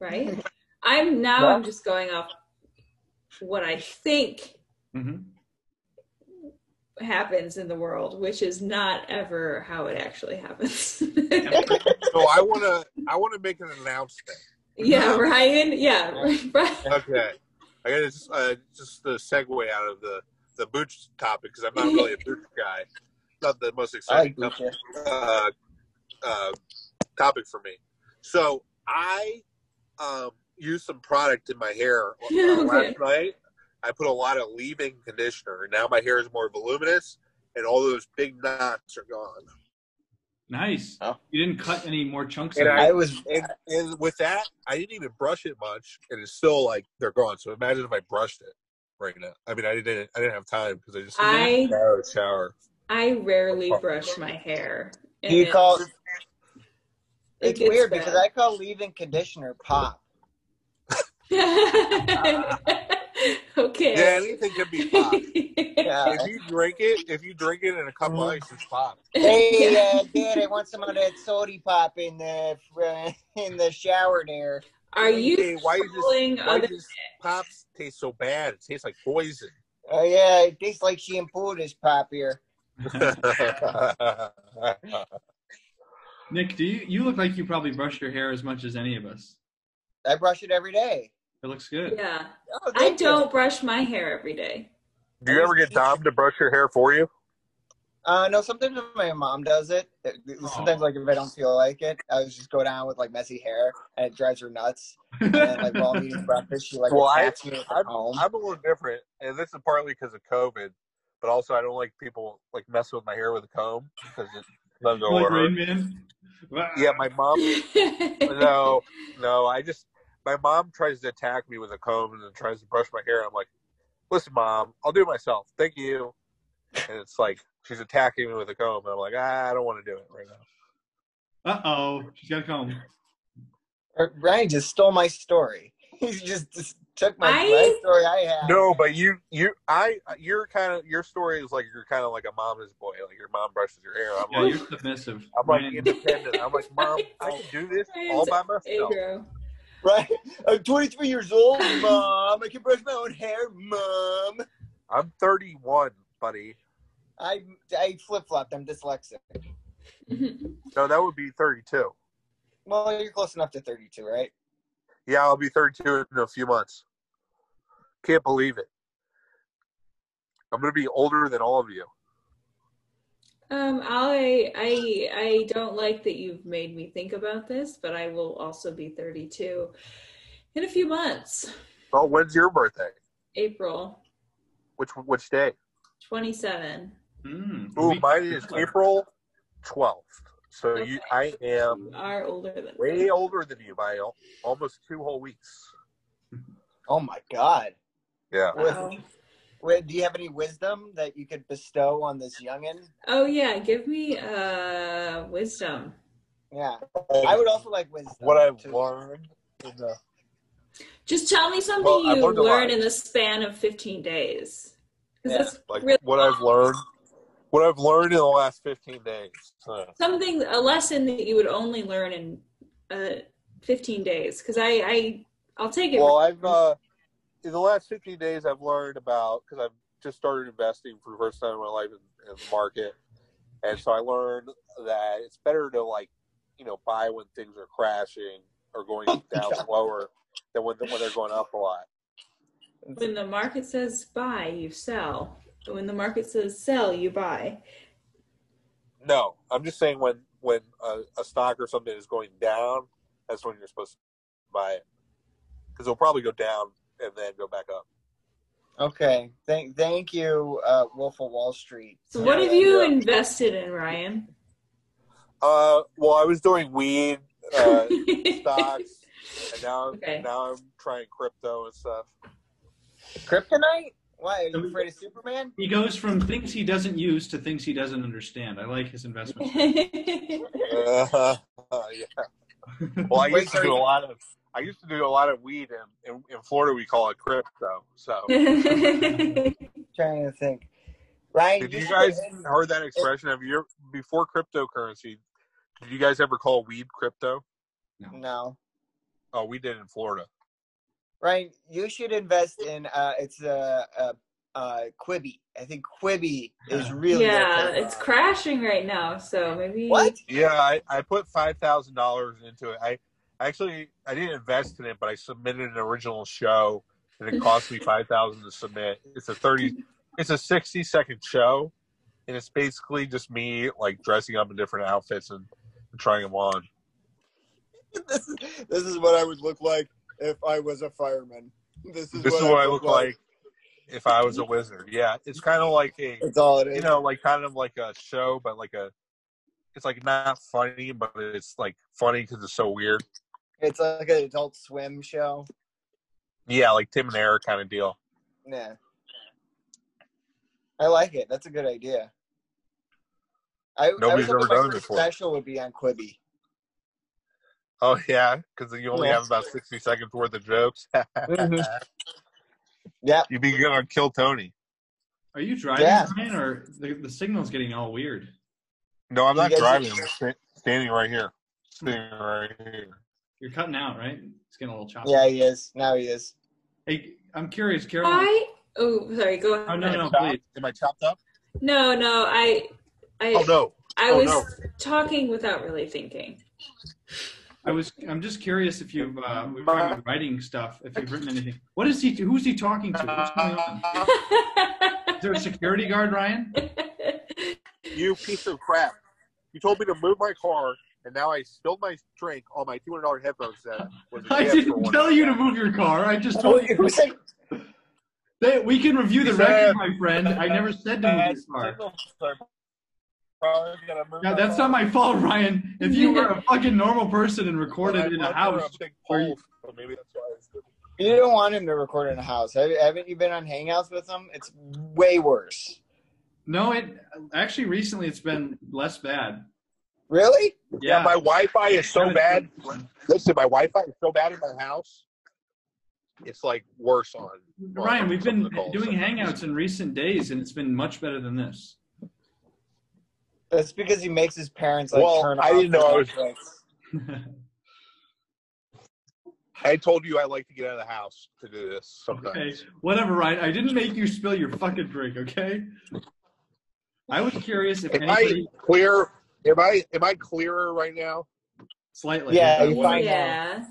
B: right? I'm now. I'm
C: No.
B: just going off what I think
D: Mhm.
B: happens in the world, which is not ever how it actually happens.
A: So I wanna I wanna make an announcement.
B: yeah, Ryan. Yeah, right.
A: Okay, I gotta just uh, just the segue out of the the boots topic because I'm not really a boots guy. Not the most
C: I like
A: exciting
C: kombucha.
A: uh, uh, topic for me. So I um, used some product in my hair uh,
B: Okay.
A: last night. I put a lot of leave-in conditioner, and now my hair is more voluminous, and all those big knots are gone.
D: nice.
C: Oh.
D: You didn't cut any more chunks.
A: And
D: out.
C: I was
A: And, and with that, I didn't even brush it much, and it's still like they're gone. So imagine if I brushed it right now. I mean, I didn't. I didn't have time because I just
B: I
A: shower, shower.
B: I rarely brush my hair.
C: do you
B: and
C: call
B: it's- it
C: it's
B: gets
C: weird
B: bad.
C: because I call leave-in conditioner pop.
B: okay.
A: Yeah, anything can be pop.
C: Yeah.
A: if you drink it, if you drink it in a cup of
C: Mm.
A: ice, it's pop.
C: Hey,
B: Yeah.
C: uh, Dad, I want some of that soda pop in the uh, in the shower there.
B: Are
A: Hey,
B: you
A: why you just-
B: trolling
A: Why
B: other?
A: does pops taste so bad? It tastes like poison.
C: Oh yeah, it tastes like shampoo. This pop here.
D: Nick, do you you look like you probably brush your hair as much as any of us?
C: I brush it every day.
D: It looks good.
B: Yeah,
C: Oh,
B: I
C: thank you.
B: don't brush my hair every day.
A: Do you ever get Dom to brush your hair for you?
C: Uh, no, sometimes my mom does it. It- it- Sometimes, like if I don't feel like it, I would just go down with like messy hair, and it drives her nuts. And then, like while I'm eating breakfast, she like
A: Well, I-
C: attacks me with the comb.
A: I'm a little different, and this is partly because of COVID, but also I don't like people like messing with my hair with a comb because it doesn't go
D: like
A: over.
D: Rain Man. Wow.
A: Yeah, my mom. No, no, I just my mom tries to attack me with a comb and then tries to brush my hair. I'm like, listen, mom, I'll do it myself. Thank you. And it's like she's attacking me with a comb, and I'm like, ah, I don't want to do it right now.
D: Uh oh, she's got a comb.
C: Ryan just stole my story. He just, just took my
B: I-
C: last story I had.
A: No, but you, you, I, you're kind of your story is like you're kind of like a mama's boy. Like your mom brushes your hair. I'm
D: Yeah,
A: like,
D: you're submissive.
A: I'm like
D: Rain-
A: independent. I'm like, mom, I can do this all by myself.
B: Agro.
C: Right? I'm 23 years old, mom. I can brush my own hair, mom.
A: I'm 31, buddy.
C: I I flip flopped. I'm dyslexic.
A: No, that would be 32.
C: Well, you're close enough to 32, right?
A: Yeah, I'll be 32 in a few months. Can't believe it. I'm gonna be older than all of you.
B: Um, I I I don't like that you've made me think about this, but I will also be 32 in a few months,
A: Oh, when's your birthday?
B: April
A: Which which day?
B: 27.
D: Mm,
A: Ooh,
D: we-
A: mine is April 12th. So you, I
B: You
A: am
B: are older than
A: way older than you by al- almost two whole weeks.
C: Oh my God.
A: Yeah.
B: Wow.
C: Wait, do you have any wisdom that you could bestow on this youngin?
B: Oh yeah, give me uh wisdom.
C: Yeah, I would also like wisdom.
A: what I've
C: too.
A: learned in the
B: Just tell me something
A: Well, I've
B: you
A: learned a
B: learned
A: lot.
B: in the span of 15 days. 'Cause
C: Yeah,
B: that's
A: like
B: really-
A: what I've learned what I've learned in the last 15 days. Uh,
B: Something, a lesson that you would only learn in uh, 15 days. Because I, I, I'll take it.
A: well, I've uh, in the last 15 days I've learned about because I've just started investing for the first time in my life in, in the market, and so I learned that it's better to like you know buy when things are crashing or going down lower than when when they're going up a lot.
B: when the market says buy, you sell. And When the market says sell, you buy.
A: No, I'm just saying when when a, a stock or something is going down, that's when you're supposed to buy it because it'll probably go down and then go back up.
C: Okay. Thank thank you, uh, Wolf of Wall Street.
B: So, what have you
A: Yeah.
B: invested in, Ryan?
A: Uh, well, I was doing weed, uh, stocks, and now I'm,
B: Okay.
A: now I'm trying crypto and stuff.
C: Kryptonite? Why are you afraid of Superman?
D: He goes from things he doesn't use to things he doesn't understand. I like his investment.
A: Uh, yeah. Well, I
C: Wait,
A: used to
C: sorry.
A: do a lot of I used to do a lot of weed, and in, in Florida we call it crypto. So,
C: trying to think. Ryan,
A: did
C: you
A: you
C: should-
A: guys heard that expression? Have you ever- before cryptocurrency? Did you guys ever call weed crypto?
C: No.
A: Oh, we did in Florida.
C: Ryan, you should invest in uh it's uh, uh, uh Quibi. I think Quibi is really gonna
B: yeah,
C: take
B: it's
C: off.
B: crashing right now. So maybe
C: What?
A: Yeah, I, I put five thousand dollars into it. I actually I didn't invest in it, but I submitted an original show, and it cost me five thousand to submit. It's a thirty, it's a sixty second show, and it's basically just me like dressing up in different outfits and, and trying them on.
C: this is this is what I would look like if I was a fireman. This is
A: This
C: what
A: is
C: I
A: what I look like if I was a wizard. Yeah, it's kind of like a
C: That's all it is.
A: you know like kind of like a show, but like a it's like not funny, but it's like funny because it's so weird.
C: it's like an adult swim show.
A: Yeah, like Tim and Eric kind of deal.
C: Yeah. I like it. That's a good idea. I, I was
A: Nobody's
C: hoping
A: ever
C: my
A: done it
C: first
A: before.
C: Special would be on Quibi.
A: Oh yeah, because you only
C: Yeah.
A: have about sixty seconds worth of jokes.
C: Mm-hmm. Yeah,
A: You'd be good on Kill Tony.
D: Are you driving,
C: Yeah.
D: Ryan, or the, the signal's getting all weird?
A: No, I'm
C: You
A: not
C: guys-
A: driving. I'm sta- standing right here. Standing right here.
D: You're cutting out, right? It's getting a little choppy.
C: yeah, he is. Now he is.
D: Hey, I'm curious, Carolyn.
B: why? Oh, sorry. Go ahead.
D: Oh, no, no,
A: Chopped?
D: please.
A: Am I chopped up?
B: no, no, I, I,
A: Oh no.
B: I
A: oh,
B: was
A: no.
B: talking without really thinking.
D: I was. I'm just curious if you've. Uh, we're talking about writing stuff. If you've written anything. What is he? Who's he talking to? What's going on? Is there a security guard, Ryan?
A: You piece of crap! You told me to move my car, and now I spilled my drink on my two hundred dollar headphones. That was a
D: I
A: gift for
D: didn't
A: one.
D: tell you to move your car. I just
C: Oh,
D: told
C: who said
D: They, we can review the
A: You
D: record,
A: said-
D: my friend. I never said to move your car. Yeah, that's not my fault, Ryan. If you were a fucking normal person and recorded in a house,
A: A big
D: where you-
A: pole, so maybe that's why. it's-
C: you don't want him to record in a house? Have- Haven't you been on Hangouts with him? It's way worse.
D: no. It actually recently it's been less bad.
C: Really?
A: Yeah, my Wi-Fi is so bad. Listen, my Wi-Fi is so bad in my house. It's like worse on. on
D: Ryan, we've
A: some
D: been
A: of the calls.
D: doing hangouts in recent days, and it's been much better than this.
C: That's because he makes his parents like
A: Well,
C: turn off.
A: I didn't know I was-
C: their lights.
A: I told you I like to get out of the house to do this sometimes.
D: okay, whatever, Ryan. I didn't make you spill your fucking drink. Okay. I was curious if
A: Am
D: anybody
A: I clear? Am I am I clearer right now?
D: slightly.
C: Yeah,
D: if I
C: you
D: was.
C: I know.
B: yeah.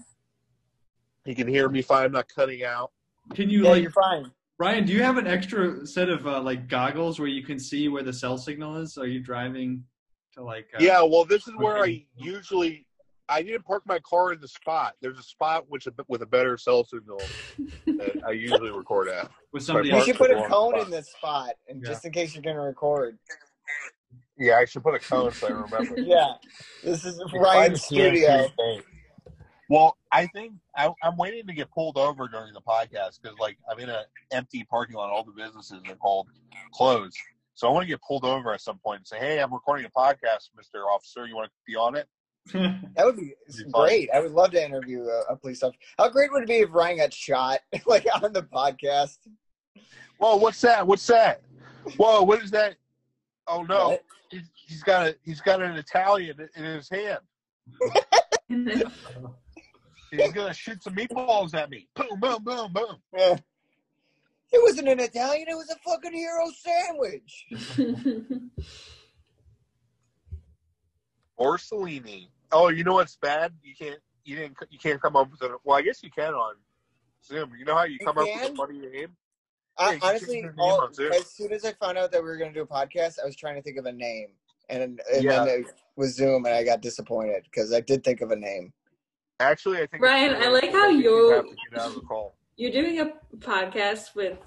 A: You can hear me fine. I'm not cutting out.
D: Can you
C: Yeah,
D: like
C: you're fine.
D: Ryan, do you have an extra set of uh, like goggles where you can see where the cell signal is? Are you driving to like? Uh,
A: Yeah. Well, this is where I
D: Okay.
A: usually. I didn't park my car in the spot. There's a spot which with a better cell signal that I usually record at.
D: with somebody
A: Right,
C: You
A: Mark
C: should
D: else.
C: put
A: the
C: a
A: wrong
C: cone
A: spot.
C: in this spot, and
D: Yeah.
C: just in case you're gonna record.
A: Yeah, I should put a cone so I remember.
C: Yeah, this is
A: Find the
C: Ryan's studio.
A: thing. Well, I think I, I'm waiting to get pulled over during the podcast because, like, I'm in an empty parking lot. All the businesses are called closed, so I want to get pulled over at some point and say, "Hey, I'm recording a podcast, Mister Officer. You want to be on it?"
C: That would be
A: It'd be fun.
C: great. I would love to interview a, a police officer. How great would it be if Ryan got shot like on the podcast?
A: Whoa, what's that? What's that? Whoa, what is that? Oh no,
C: What?
A: he's, he's got a he's got an Italian in his hand. He's gonna shoot some meatballs at me. Boom, boom, boom, boom.
C: Yeah. It wasn't an Italian. It was a fucking hero sandwich.
A: Orsolini. Oh, you know what's bad? You can't you didn't you can't come up with a well. I guess you can on Zoom. You know how you
C: You
A: come up with
C: can?
A: a funny name?
C: I,
A: you can
C: honestly,
A: change your name
C: all,
A: on Zoom.
C: as soon as I found out that we were going to do a podcast, I was trying to think of a name, and, and
A: Yeah.
C: then it was Zoom, and I got disappointed because I did think of a name.
A: Actually, I think it's
B: Ryan,
A: better
B: I like
A: because
B: how
A: think
B: you're-
A: have to get out of the call.
B: You're doing a podcast with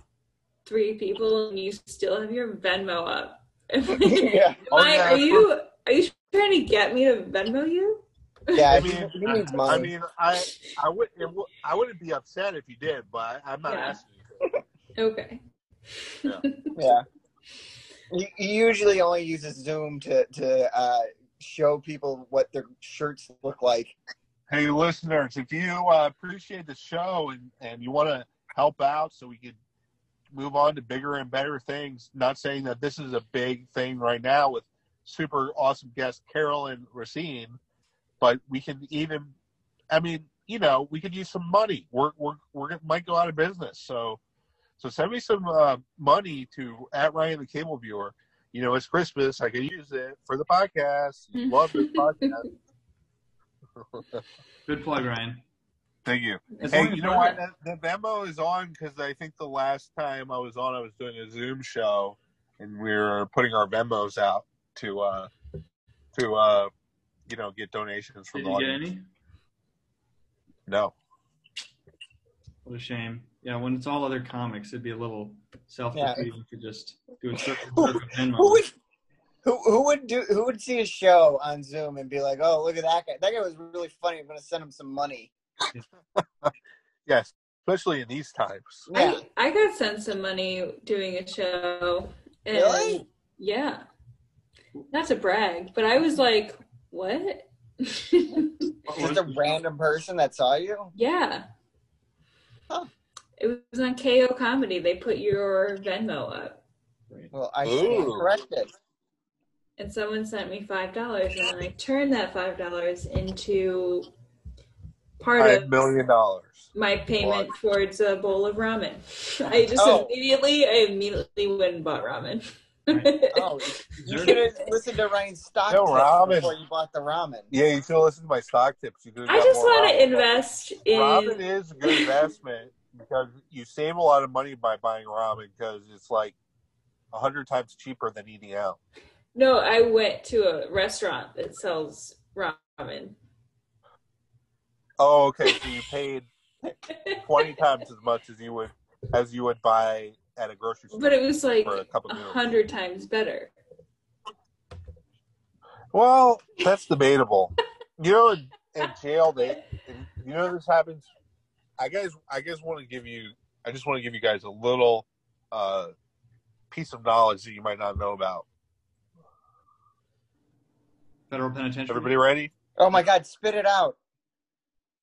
B: three people and you still have your Venmo up.
C: yeah,
A: Oh,
B: Ryan,
A: yeah,
B: are you are you trying to get me to Venmo you?
C: yeah.
A: I
C: I mean,
A: mean,
C: he needs money.
A: I mean, I I would it, wo- I wouldn't be upset if you did, but I, I'm not
B: Yeah.
A: asking you. to.
B: Okay.
C: yeah. He, he usually only uses Zoom to to uh, show people what their shirts look like.
A: Hey, listeners, if you uh, appreciate the show and and you want to help out, so we could move on to bigger and better things. Not saying that this is a big thing right now with super awesome guest Carolyn Racine, but we can even, I mean, you know, we could use some money. We're we're we're gonna- might go out of business, so so send me some uh, money to at Ryan the Cable Viewer. You know, it's Christmas. I could use it for the podcast. Love this podcast.
D: Good plug, Ryan.
A: Thank you.
D: As long
A: Hey,
D: as
A: you know
D: we're-
A: why the, the Venmo is on? Because I think the last time I was on, I was doing a Zoom show, and we were putting our Venmos out to, uh, to uh, you know, get donations from
D: Did
A: the
D: you get
A: audience.
D: any?
A: No,
D: What a shame. Yeah, when it's all other comics, it'd be a little self-defeating to just do a circle jerk of
A: Hmm.
D: Venmo.
C: Who would who, who would do who would see a show on Zoom and be like, "Oh, look at that guy! That guy was really funny. I'm going to send him some money."
A: yes, especially in these times.
C: Yeah.
B: I, I got sent some money doing a show. and-
C: Really?
B: Yeah. Not to brag, but I was like, what?
C: Just a random person that saw you.
B: yeah.
C: Huh.
B: It was on KO Comedy. They put your Venmo up.
C: Well, I stand
A: Ooh.
C: corrected.
B: and someone sent me five dollars and I turned that five dollars into part
A: Five
B: of
A: million dollars.
B: my payment towards a bowl of ramen. I just
C: Oh.
B: immediately I immediately went and bought ramen.
C: Oh, you
D: Sure.
C: should have listened to Ryan's stock
A: No
C: tips
A: ramen.
C: before you bought the ramen.
A: Yeah, you should listen to my stock tips. You could've
B: I
A: got
B: just
A: more
B: want to
A: ramen.
B: invest in
A: Ramen is a good investment because you save a lot of money by buying ramen because it's like a hundred times cheaper than eating out.
B: No, I went to a restaurant that sells ramen.
A: Oh, okay. So you paid twenty times as much as you would as you would buy at a grocery store.
B: But it was like
A: For a cup of
B: a
A: noodles.
B: hundred times better.
A: Well, that's debatable. You know, in, in jail, they in, you know this happens. I guys, I guys want to give you. I just want to give you guys a little uh, piece of knowledge that you might not know about.
D: Federal penitentiary.
A: Everybody ready?
C: Oh my God, spit it out!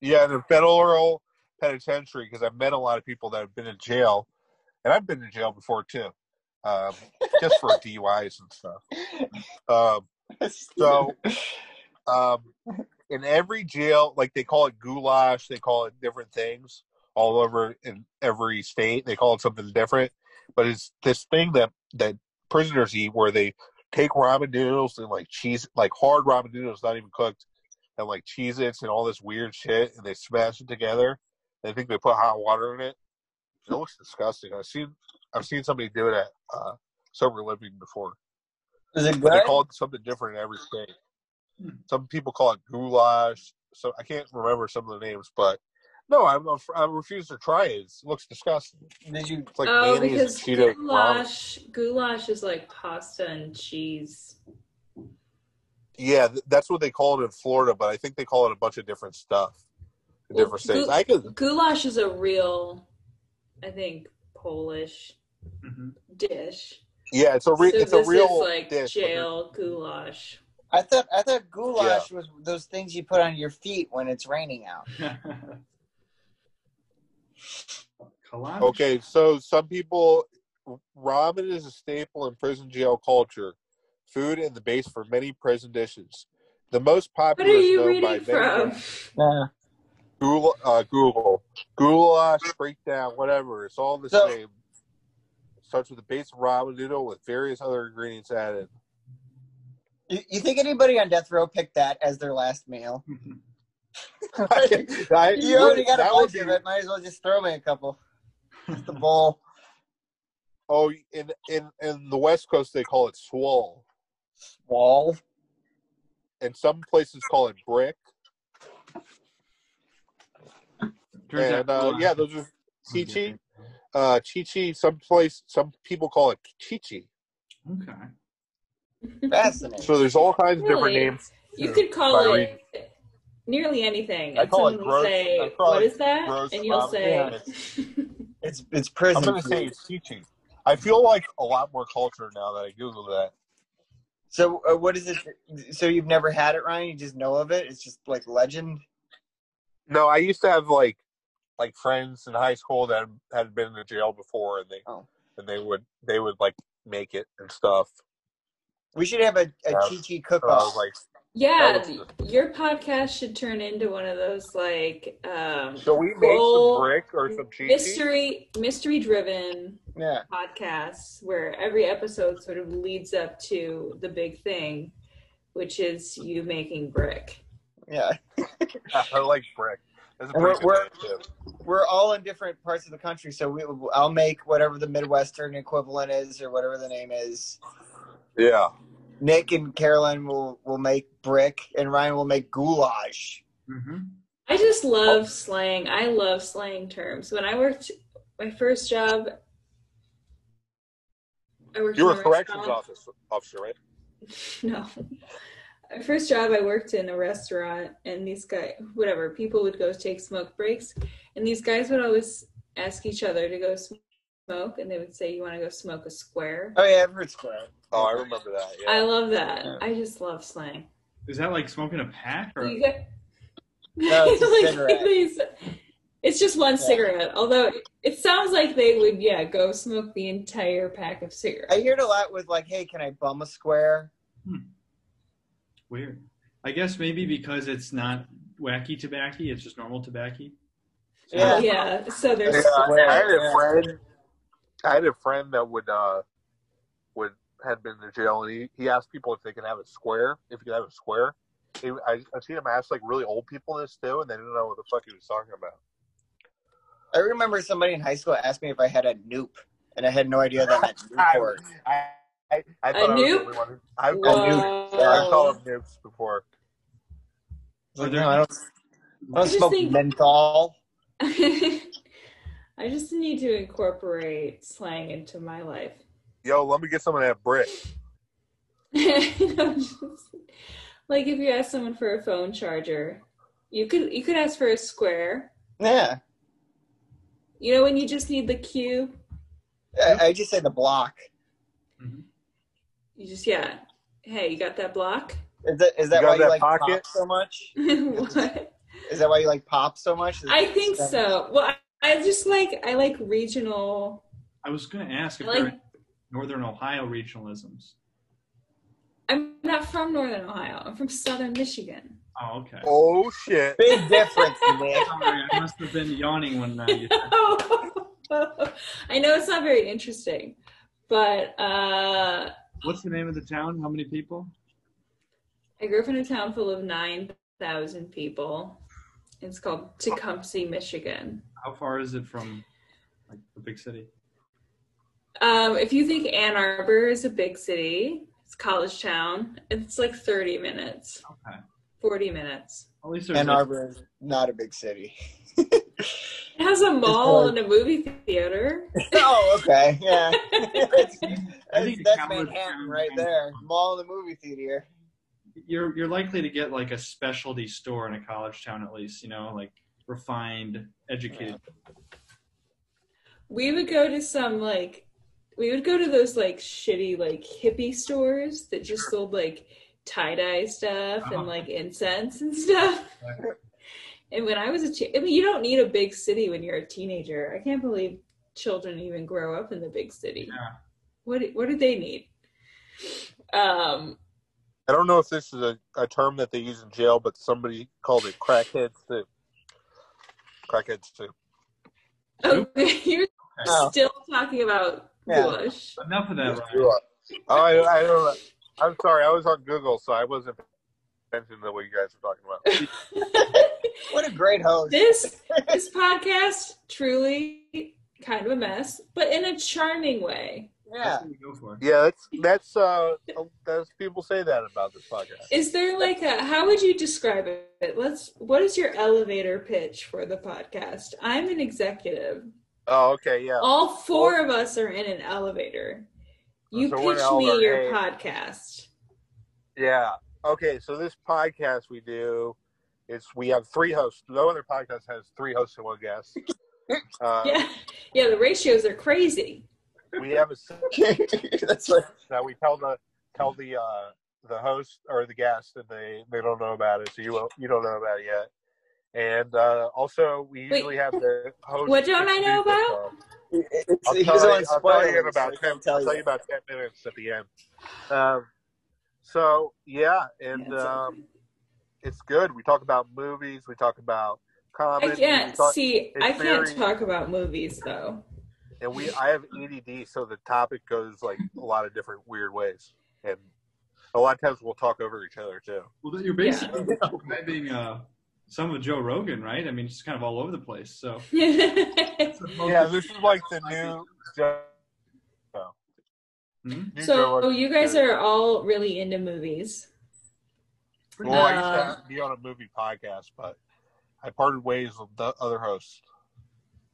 A: Yeah, the federal penitentiary because I've met a lot of people that have been in jail, and I've been in jail before too, um, just for DUIs and stuff. Um, so, um, in every jail, like they call it goulash, they call it different things all over in every state. They call it something different, but it's this thing that that prisoners eat where they take ramen noodles and like cheese, like hard ramen noodles, not even cooked, and like cheese its and all this weird shit, and they smash it together. They think they put hot water in it. It looks disgusting. I've seen I've seen somebody do it at uh, sober living before.
C: Is it
A: But
C: good?
A: they call it something different in every state. Some people call it goulash. So I can't remember some of the names, but no, I'm I refuse to try it. It looks disgusting.
C: Did you?
A: It's like
B: oh,
A: mayonnaise and
B: because
A: Cheetos. and ramen.
B: goulash goulash is like pasta and cheese.
A: Yeah, th- that's what they call it in Florida, but I think they call it a bunch of different stuff, in
B: Well,
A: different states.
B: gou-
A: I could.
B: Goulash is a real, I think, Polish
D: Mhm.
B: dish.
A: Yeah, it's a re-
B: so
A: it's a
B: this
A: real
B: is like
A: dish, but they're-
B: jail goulash.
C: I thought I thought goulash was those things you put on your feet when it's raining out.
D: Mm-hmm. Collage.
A: Okay, so some people ramen is a staple in prison jail culture. food in the base for many prison dishes. The most
B: What
A: popular
B: are
A: is
B: you
A: known by
B: reading
A: many
B: from?
C: Uh,
A: Google, uh, Google, goulash, breakdown, whatever. It's all the
C: So-
A: same. starts with a base ramen noodle with various other ingredients added.
C: you, you think anybody on death row picked that as their last meal?
A: I-
C: You already got a
A: that would
C: bunch
A: be-
C: of it. Might as well just throw me a couple. Just a bowl.
A: Oh, in in in the West Coast they call it swole,
C: Wall.
A: and some places call it brick.
D: Turns
A: and
D: out-
A: uh, yeah, those are chichi, uh, chichi. Some place, some people call it chichi.
D: Okay.
C: Fascinating.
A: So there's all kinds of different
B: Really?
A: names.
B: You
A: Yeah,
B: could call
A: by
B: it nearly anything.
A: I
B: And
A: call it
B: someone will
A: gross- I
B: say,
A: call
B: What
A: it
B: is that?
A: gross
B: And you'll
A: ramen.
B: say,
C: It's it's
A: I'm
C: prison.
A: gonna say
C: food.
A: it's chichi. I feel like a lot more culture now that I Google that.
C: So uh, what is it? So you've never had it, Ryan? You just know of it? It's just like legend.
A: No, I used to have like like friends in high school that had been to jail before, and they
C: Oh.
A: and they would they would like make it and stuff.
C: We should have a, a
A: Yeah.
C: Chi
A: So I
C: Chi
A: was
C: cook-off.
A: like,
B: Yeah,
A: That was-
B: your podcast should turn into one of those like um,
A: "Shall we make
B: full
A: some brick or some chichi?"
B: mystery mystery driven
C: yeah.
B: podcasts where every episode sort of leads up to the big thing, which is you making brick.
C: Yeah.
A: I like brick. That's a
C: And
A: pretty
C: we're-
A: good name, too.
C: We're all in different parts of the country, so we I'll make whatever the Midwestern equivalent is or whatever the name is.
A: Yeah.
C: Nick and Carolyn will will make brick and Ryan will make goulash.
D: Mm-hmm.
B: I just love slang. I love slang terms. When I worked my first job, I worked.
A: You were
B: in
A: a
B: a
A: corrections
B: restaurant.
A: office, officer, right?
B: No, my first job I worked in a restaurant, and these guys, whatever people would go take smoke breaks, and these guys would always ask each other to go smoke, and they would say, "You want to go smoke a square?"
C: Oh yeah, I've heard square.
A: Oh, I remember that. Yeah.
B: I love that.
C: Yeah.
B: I just love slang.
D: Is that like smoking a pack? Or?
B: You get-
C: No, it's a
B: Like,
C: cigarette.
B: these- it's just one
C: Yeah.
B: cigarette. Although it sounds like they would, yeah, go smoke the entire pack of cigarettes.
C: I hear it a lot with like, hey, can I bum a square?
D: Weird. I guess maybe because it's not wacky tobacco, it's just normal tobacco. So-
C: Yeah.
B: yeah. So
A: Yeah,
B: there's
A: I, I had
C: Yeah.
A: a friend. I had a friend that would uh would had been to jail, and he, he asked people if they could have a square, if you could have a square. He, I, I've seen him ask like really old people this too, and they didn't know what the fuck he was talking about.
C: I remember somebody in high school asked me if I had a noob, and I had no idea that meant
A: I,
C: noob word.
A: I, I, I thought
B: A
A: I was the
B: noob?
A: only one. who- I've called,
C: Wow.
A: noob- I've
B: Wow.
A: called them noobs before.
C: I was like,
D: Are there-
C: no, I don't, I
B: I
C: don't
B: just
C: smoke
B: think-
C: menthol.
B: I just need to incorporate slang into my life.
A: Yo, let me get some of that brick.
B: like if you ask someone for a phone charger, you could you could ask for a square.
C: Yeah,
B: You know when you just need the cube,
C: I, I just said the block.
B: you just yeah. Hey, you got that block?
C: Is that is that
A: got
C: why you
A: that
C: like
A: pocket?
C: pop so much?
B: What?
C: Is that why you like pop so much? Is-
B: I think so. Well, I, I just like I like regional.
D: I was going to ask
B: I
D: if there are
B: like
D: any Northern Ohio regionalisms.
B: I'm not from Northern Ohio. I'm from Southern Michigan.
D: Oh, okay.
A: Oh shit!
C: Big difference, Nick.
D: Sorry, I must have been yawning when uh, you
B: I know it's not very interesting, but uh,
D: What's the name of the town? How many people?
B: I grew up in a town full of nine thousand people. It's called Tecumseh, Michigan.
D: How far is it from like the big city?
B: Um, if you think Ann Arbor is a big city, it's a college town. It's like thirty minutes,
D: Okay.
B: forty minutes.
D: At least there's
C: Ann
D: like-
C: Arbor is not a big city.
B: It has a mall
C: like-
B: and a movie theater.
C: oh, okay, yeah. that's
D: I think
C: that's
D: the college
C: Manhattan
D: town-
C: right there. Mall and the movie theater.
D: You're you're likely to get like a specialty store in a college town at least, you know, like refined, educated.
B: We would go to some like we would go to those like shitty like hippie stores that just sold like tie dye stuff
D: Uh-huh.
B: and like incense and stuff. and when I was a ch- I mean you don't need a big city when you're a teenager. I can't believe children even grow up in the big city.
D: Yeah.
B: What what do they need? Um,
A: I don't know if this is a, a term that they use in jail, but somebody called it crackhead soup. Crackhead soup.
B: okay, you're
C: Oh.
B: still talking about
C: Yeah.
B: goulash.
D: Enough of that, Ryan.
A: Oh, I, I don't know. I'm sorry. I was on Google, so I wasn't paying attention to what you guys were talking about.
C: What a great host.
B: this this podcast truly kind of a mess, but in a charming way.
C: Yeah.
D: That's what we go for.
A: Yeah, that's that's uh, that's people say that about this podcast.
B: Is there like a how would you describe it? Let's what is your elevator pitch for the podcast? I'm an executive.
A: Oh, okay, yeah.
B: All four of us are in an elevator. You
A: So we're in
B: pitch
A: elevator
B: me your
A: A.
B: podcast.
A: Yeah. Okay. So this podcast we do, it's we have three hosts. No other podcast has three hosts and one guest. Uh,
B: Yeah. Yeah, the ratios are crazy.
A: We have a s-
C: That's what.
A: that we tell the tell the uh, the host or the guest, and they they don't know about it. So you won't- you don't know about it yet. And uh, also, we
B: Wait.
A: usually have the host.
B: What don't I know
A: introduce
B: about?
A: themselves.
C: It's,
A: I'll
C: he's
A: tell,
C: on
A: you, I'll tell you in
C: spoilers,
A: about
C: so I
A: ten.
C: can't tell
A: I'll tell
C: you.
A: you about ten minutes at the end. Um, so yeah, and
B: That's all.
A: um, it's good. We talk about movies. We talk about
B: I
A: comedy. we
B: can't
A: talk,
B: see I
A: it's
B: can't
A: very-
B: talk about movies though.
A: and we, I have ADD, so the topic goes like a lot of different weird ways, and a lot of times we'll talk over each other too.
D: Well, you're basically describing uh, some of Joe Rogan, right? I mean, it's kind of all over the place. So
A: Yeah, this is like the new.
D: Hmm?
A: new
B: so
A: Joe-
B: oh, you guys are all really into movies.
A: Well, I used to be on a movie podcast, but I parted ways with the other hosts.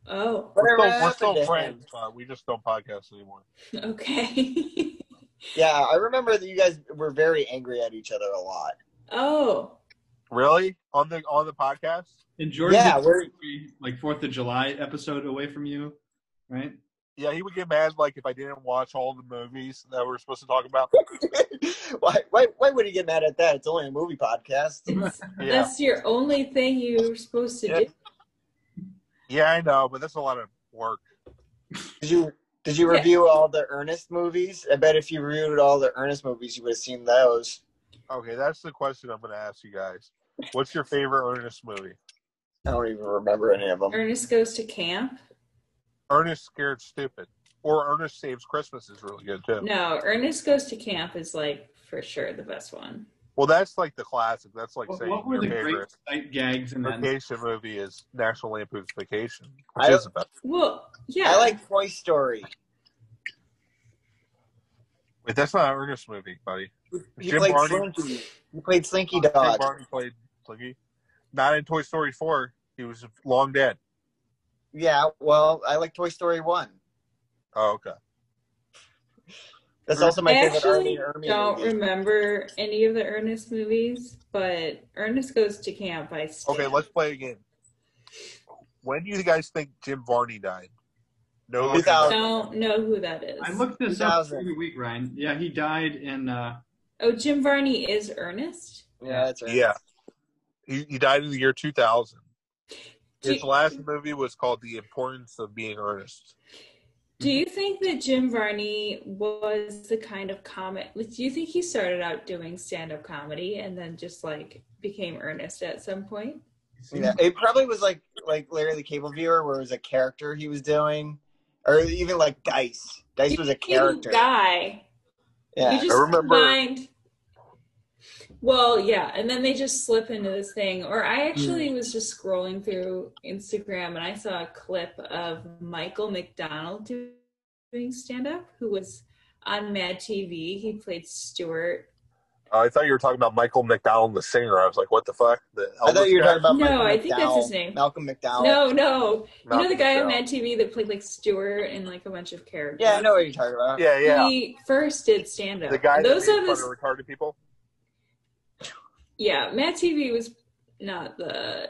B: Oh,
A: We're still,
C: Whatever
A: we're
C: happened to
A: still
C: him?
A: friends, but we just don't podcast anymore.
B: okay.
C: Yeah, I remember that you guys were very angry at each other a lot.
B: oh,
A: Really? On the on the podcast?
D: And Jordan,
C: Yeah,
D: was
C: we're-
D: free, like Fourth of July episode away from you, right?
A: Yeah, he would get mad like if I didn't watch all the movies that we're supposed to talk about.
C: why, why, why would he get mad at that? It's only a movie podcast.
A: Yeah,
B: that's your only thing you're supposed to
A: Yeah.
B: do.
A: yeah, I know, but that's a lot of work.
C: Did you did you
B: Yeah.
C: review all the Ernest movies? I bet if you reviewed all the Ernest movies, you would have seen those.
A: Okay, that's the question I'm going to ask you guys. What's your favorite Ernest movie?
C: I don't even remember any of them.
B: Ernest goes to camp.
A: Ernest Scared Stupid, or Ernest Saves Christmas is really good too.
B: No, Ernest goes to camp is like for sure the best one.
A: Well, that's like the classic. That's like
D: What,
A: saying
D: what were
A: your
D: the great
A: favorite
D: sight gags in that?
A: vacation movie is National Lampoon's Vacation, which
C: I-
A: is about
B: Well, yeah,
C: I like Toy Story.
A: Wait, that's not an Ernest movie, buddy.
C: You
A: Jim
C: played
A: Varney?
C: Slinky. You played Slinky
A: Jim
C: Dog.
A: Barney played Slinky. Not in Toy Story 4. He was long dead.
C: Yeah, well, I like Toy Story One.
A: Oh, okay.
C: That's also my
B: I
C: favorite Ernie
B: actually
C: Ernie
B: don't
C: movie.
B: remember any of the Ernest movies, but Ernest goes to camp. I stand.
A: Okay, let's play again. When do you guys think Jim Varney died? No, looking
C: 2000.
A: up.
B: don't know who that is.
D: I looked this up
C: 2000.
D: every week, Ryan. Yeah, he died in. Uh,
B: Oh, Jim Varney is Ernest.
C: yeah, that's right.
A: Yeah. He, he died in the year 2000.
B: Do-
A: His last movie was called The Importance of Being Earnest.
B: Do you think that Jim Varney was the kind of comic? Do you think he started out doing stand up comedy and then just like became earnest at some point?
C: Yeah, it probably was like like Larry the Cable Viewer, where it was a character he was doing, or even like Dice. Dice was a character.
B: guy.
C: Yeah,
B: You just
A: I remember-
B: combined. Well, yeah, and then they just slip into this thing. Or I
C: Hmm.
B: actually was just scrolling through Instagram and I saw a clip of Michael McDonald do- doing stand up, who was on Mad TV. He played Stewart
A: Uh, I thought you were talking about Michael McDonald, the singer. I was like, what the fuck? The
C: I thought you were
A: Elvis guy?
C: talking about
B: No,
C: Malcolm
B: I think that's his
C: McDowell.
B: name.
C: Malcolm McDowell.
B: No, no. you know
A: Malcolm
B: the guy on
A: McDowell.
B: Mad TV that played like Stewart and like a bunch of characters.
C: Yeah, I know what you're talking about.
A: Yeah, yeah.
B: He first did stand up.
A: The guy
B: Those
A: that
B: are
A: made
B: the
A: fun of retarded people.
B: yeah. Mad TV was not the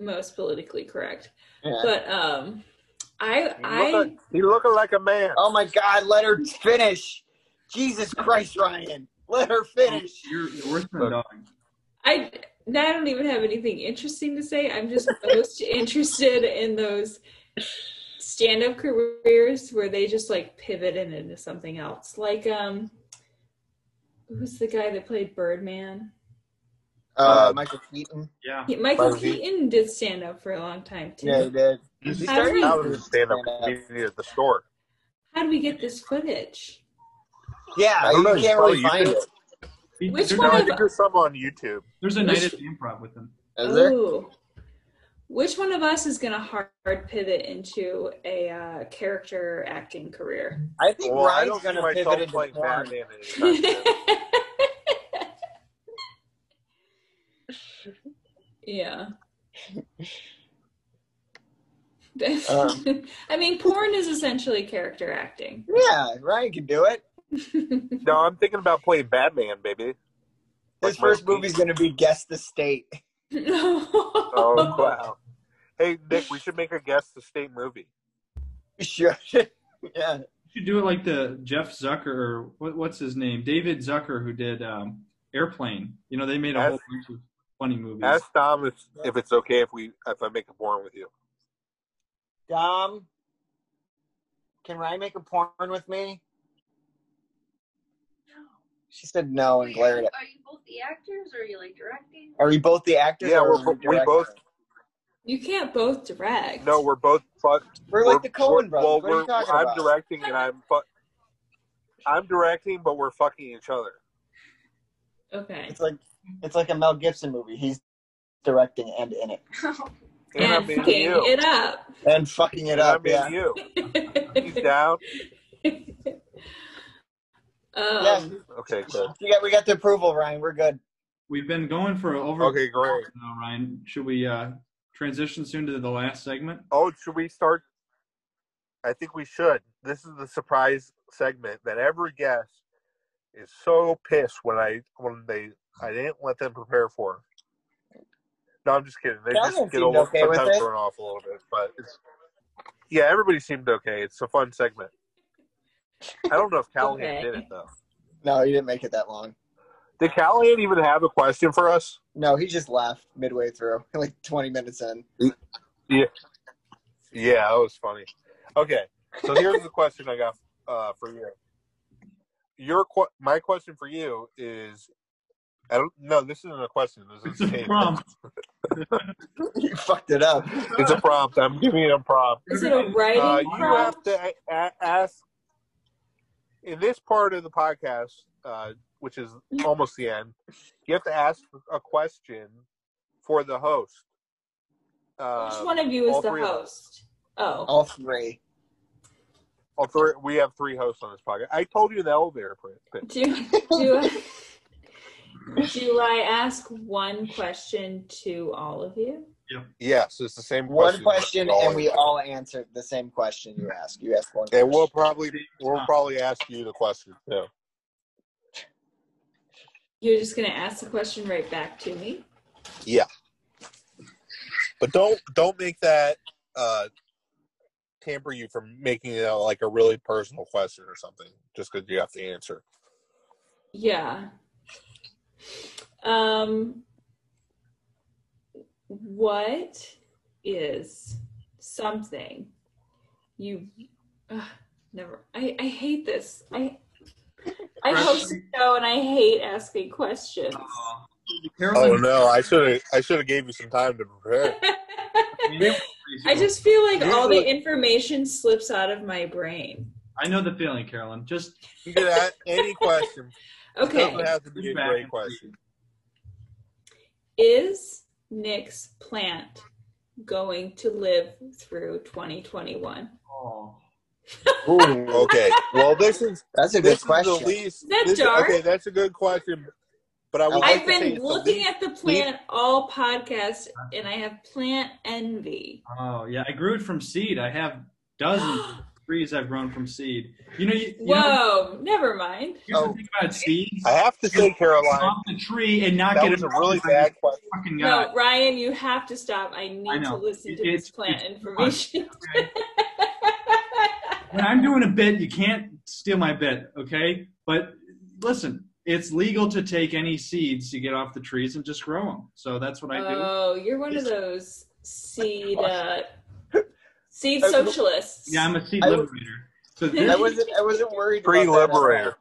B: most politically correct,
C: Yeah.
B: but um, I
A: He look,
B: I
A: he look like a man.
C: Oh my God, let her finish. Jesus Christ, Ryan. Let her finish.
D: You're you're worse than a dog.
B: I I don't even have anything interesting to say. I'm just most interested in those stand up careers where they just like pivot and into something else. Like um who's the guy that played Birdman?
C: Uh,
A: Uh,
C: Michael Keaton.
D: Yeah.
B: He- Michael
A: Michael Keaton.
B: Keaton did stand up for a long time too.
C: Yeah, he did.
A: He
B: How
A: started
B: did-
A: out as a stand up comedian at the store.
B: How do we get this footage?
C: Yeah,
A: I don't
C: Ah,
A: know,
C: you can't
A: probably
C: really find
A: YouTube.
C: it.
D: He-
B: Which
D: there's,
B: one
A: No, I
B: of-
D: a,
A: think there's some on YouTube.
D: there's a night at the improv with him.
C: Is there?
B: Ooh. Which one of us is going to hard pivot into a uh, character acting career?
C: I think
A: Well, I
C: Ryan's
A: don't see
C: gonna pivot
A: myself
C: into
A: playing
C: porn.
A: Batman anytime soon.
B: yeah.
C: Um.
B: I mean, porn is essentially character acting.
C: Yeah, Ryan can do it.
A: No, I'm thinking about playing Batman, baby.
C: His
A: Like Michael
C: first movie's gonna be Guess the State.
A: Oh
B: oh,
A: wow! Hey Nick, we should make a guess the state movie.
C: Sure. yeah.
D: You should do it like the Jeff Zucker or what, what's his name, David Zucker, who did um, Airplane. You know, they made a
A: Yes.
D: whole bunch of funny movies.
A: Ask Tom if, if it's okay if we if I make a porn with you.
C: Dom, can Ryan make a porn with me? She said no
E: Are
C: and
E: you,
C: glared at.
E: are you both the actors or are you like directing?
C: Are we both the actors?
A: Yeah,
C: or
A: we're,
C: are we
A: we
C: directors?
A: both.
B: you can't both direct.
A: No, we're both. Fuck,
C: We're like the
A: Cohen
C: Cohen brothers.
A: Well,
C: what are you
A: we're-
C: talking
A: I'm
C: about?
A: directing and I'm fuck. I'm directing, but we're fucking each other.
B: Okay.
C: It's like it's like a Mel Gibson movie. He's directing and in it
A: And,
B: and
A: I'm in
B: fucking
A: you.
B: it up.
C: and fucking it
A: And
C: up.
A: I'm in
C: Yeah.
A: you. He's down.
B: um,
C: Yes.
A: Okay, good.
C: We got we got the approval, Ryan. We're good.
D: We've been going for over.
A: Okay, great.
D: Now, Ryan, should we uh, transition soon to the last segment?
A: Oh, should we start? I think we should. This is the surprise segment that every guest is so pissed when I when they I didn't let them prepare for. No, I'm just kidding. They
C: Kevin
A: just get
C: seemed
A: a little
C: okay with
A: sometimes
C: it.
A: thrown off a little bit, but it's yeah, everybody seemed okay. It's a fun segment. I don't know if Callahan
B: Okay.
A: did it though.
C: No, he didn't make it that long.
A: Did Callahan even have a question for us?
C: No, he just laughed midway through, like twenty minutes in.
A: Yeah, that was funny. Okay, so here's the question I got uh, for you. Your qu- my question for you is, I don't no, this isn't a question. This is
D: It's a prompt.
C: you fucked it up.
A: It's a prompt. I'm giving it a prompt.
B: is it a writing
A: Uh, you have
B: prompt?
A: to a- a- ask in this part of the podcast, uh, which is almost the end. You have to ask a question for the host. Uh,
B: Which one of you
A: all
B: is the
A: three of us.
B: host? Oh,
C: All three.
A: all oh, three, we have three hosts on this podcast. I told you in the elevator pitch.
B: do do do I ask one question to all of you?
A: Yes, it's the same
C: One
A: question.
C: question, and we
A: always.
C: all answered the same question you asked. You asked one.
A: And
C: Question.
A: we'll probably we'll probably ask you the question too.
B: You're just gonna ask the question right back to me.
A: Yeah. But don't don't make that uh tamper you from making it uh, like a really personal question or something just because you have to answer.
B: Yeah. Um. What is something you? Ugh, never. I I hate this. I. I host a show and I hate asking questions.
D: Aw.
A: Oh
D: Uh, Carolyn,
A: no, I should have I should have gave you some time to prepare. Oh,
B: I just feel like all the
A: Usually-
B: information slips out of my brain.
D: I know the feeling, Carolyn. Just
A: You could ask any question. It
B: Okay.
A: doesn't have to be
D: lean
A: a
D: back
A: great
D: and
A: question.
B: Is Nick's plant going to live through 2021?
D: Oh.
C: Ooh,
A: Okay. Well this is
C: that's
A: this
C: a good
A: is the
C: question.
A: least
B: Is that
A: this-
B: dark?
A: okay, that's a good question. But I would like
B: I've
A: to say
B: been
A: it's the
B: looking
A: least-
B: at the plant all podcast and I have plant envy.
D: oh, yeah. I grew it from seed. I have dozens of trees I've grown from seed. You know, you, you know
B: Whoa, never mind.
D: here's the
C: Oh.
D: thing about seeds.
A: I have to say, Caroline,
D: Off the tree and not
A: that
D: get
A: was
D: it
A: a
D: out
A: really
D: of my
A: bad question.
D: Fucking
B: No,
D: God.
B: Ryan, you have to stop. I need
D: I
B: to
D: know.
B: listen to
D: It's-
B: this plant
D: it's-
B: information.
D: okay? When I'm doing a bit, you can't steal my bit, okay? But listen, it's legal to take any seeds you get off the trees and just grow them. So that's what I do.
B: Oh, you're one of those seed uh, seed
C: Uh,
B: socialists.
D: Yeah, I'm a seed
C: I was-
D: liberator. So
C: I
D: there's,
C: wasn't. I wasn't worried. about that at all.
A: Pre-liberator.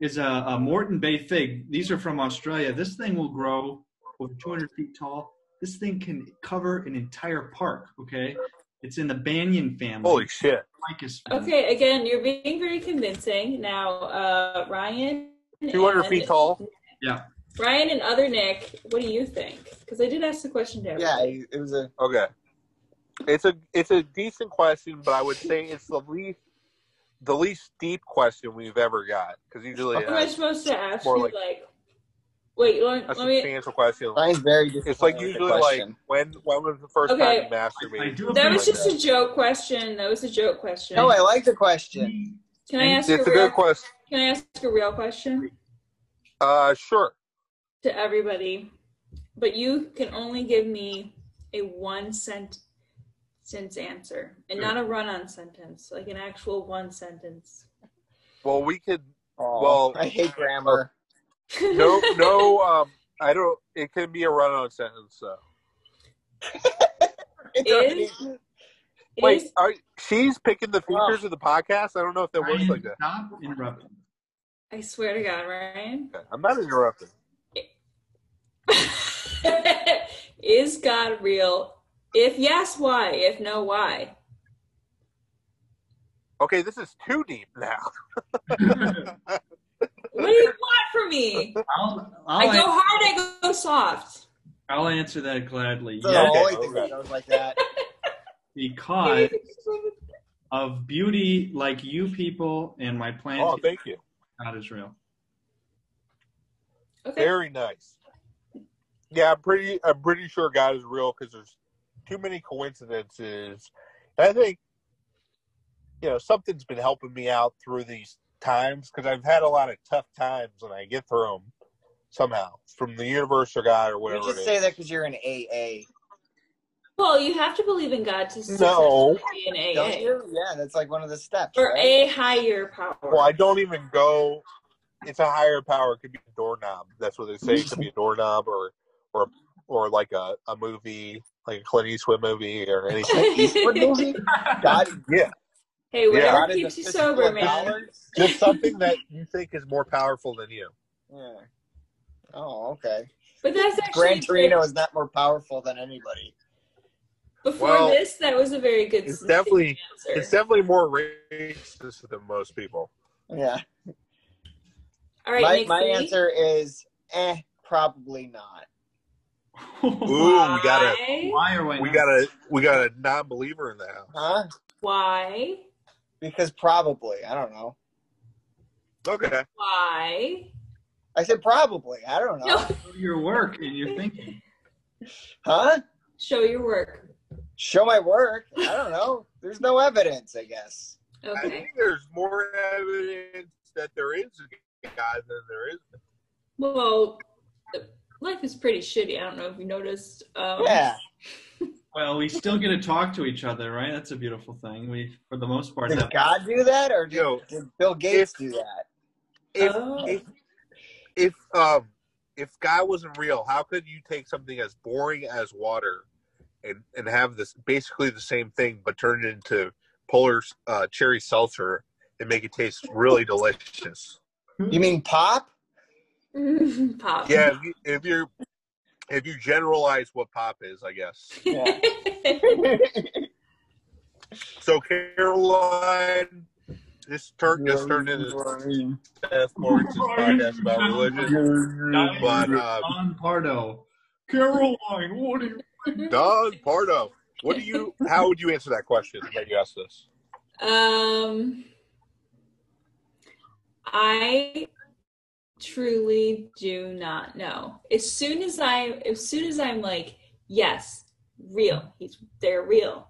D: is a, a Morton Bay fig. These are from Australia. This thing will grow over 200 feet tall. This thing can cover an entire park. Okay, it's in the banyan family.
A: Holy shit!
D: Ficus family.
B: Okay, again, you're being very convincing. Now, uh, Ryan.
A: Two hundred
B: and-
A: feet tall.
B: Ryan and other Nick, what do you think? Because I did ask the question to
C: Yeah,
B: everybody.
C: it was a.
A: Okay. It's a it's a decent question, but I would say it's the least the least deep question we've ever got because usually
B: Am I
A: uh,
B: supposed to
A: More
B: actually like,
A: like-
B: Wait, you want,
A: a
B: let me.
A: substantial question.
C: Ryan's very disappointed
A: It's like
C: with the
A: usually like
C: question.
A: when when was the first
B: Okay.
A: time you masturbated?
D: I
B: That
D: do
A: Something like
B: was just a joke question. That was a joke question.
C: No, Oh, I like the question.
B: can I ask
A: that. It's a
B: a real?
A: good question.
B: Can I ask a real question
A: Uh, sure.
B: to everybody? But you can only give me a one cent sentence answer, and not a run-on sentence, like an actual one sentence.
A: Well, we could
C: Aw,
A: Well-
C: Oh, I hate grammar.
A: no no um I don't. It can be a run on sentence though. oh,
C: It's
B: Is-
C: already-
A: Wait,
B: Is-
A: are, she's picking the features of the podcast. I don't know if that works
D: Ryan,
A: like that.
D: stop interrupting.
B: I swear to God, Ryan.
A: Okay, I'm not interrupting.
B: is God real? If yes, why? If no, why?
A: Okay, this is too deep now.
B: What do you want from me?
D: I'll,
B: I
D: I'll,
B: go
D: an-
B: hard, I go soft.
D: I'll answer that gladly.
C: it's
D: Yes,
A: okay,
C: always thing
A: okay.
C: that goes like that.
D: because of beauty like you people and my planet,
A: Oh, thank you.
D: not Israel.
B: Okay.
A: Very nice. Yeah, I'm pretty. I'm pretty sure God is real because there's too many coincidences. And I think you know something's been helping me out through these times because I've had a lot of tough times and I get through them somehow from the universe or God or
C: You
A: whatever.
C: just
A: it
C: say
A: is.
C: that because you're an AA.
B: Well, you have to believe in God to
A: No.
B: successfully be an
C: Don't
B: AA
C: you? Yeah, that's like one of the steps.
B: or
C: right?
B: a higher power.
A: Well, I don't even go. It's a higher power. It could be a doorknob. That's what they say. It could be a doorknob or or or like a, a movie, like a Clint Eastwood movie or anything.
C: Eastwood movie? God,
A: yeah.
B: hey,
A: Yeah,
B: whatever
C: God is
B: keeps
C: a
B: you
C: fistful
B: sober,
C: of
B: man.
C: dollars?
A: just something that you think is more powerful than you.
C: Yeah. Oh, okay.
B: But that's actually
C: Gran
B: a
C: Torino
B: good-
C: is not more powerful than anybody.
B: Before
A: Well,
B: this, that was a very good
A: It's definitely
B: answer.
A: it's definitely more racist than most people.
C: Yeah.
B: All right,
C: my
B: Nick,
C: my
B: see?
C: answer is eh, probably not.
A: Ooh, we got
B: Why?
D: Why are we?
A: a we got a we got a non-believer in the house.
C: Huh?
B: Why?
C: Because probably. I don't know.
A: Okay,
B: Why?
C: I said probably. I don't know.
B: No.
D: your work and your thinking.
C: Huh?
B: Show your work.
C: Show my work. I don't know. There's no evidence, I guess.
A: I
B: Okay.
A: think there's more evidence that there is a God than there is.
B: Well, life is pretty shitty. I don't know if you noticed. Um,
C: Yeah.
D: Well, we still get to talk to each other, right? That's a beautiful thing. We, for the most part,
C: Did
D: have
C: God do that or did,
A: Yo,
C: did Bill Gates
A: if-
C: do that?
A: If
B: Oh.
A: if if um if God wasn't real, how could you take something as boring as water and and have this basically the same thing but turn it into polar uh, cherry seltzer and make it taste really delicious?
C: You mean pop?
B: Pop.
A: Yeah, if you if, you're, if you generalize what pop is, I guess.
C: Yeah.
A: So Caroline, this turn just turned into Seth Morgan's podcast about religion. But uh,
D: Don Pardo, Caroline. What do you?
A: Don Pardo, what do you? How would you answer that question? That you asked this.
B: um, I truly do not know. As soon as I, as soon as I'm like, yes, real. He's they're real.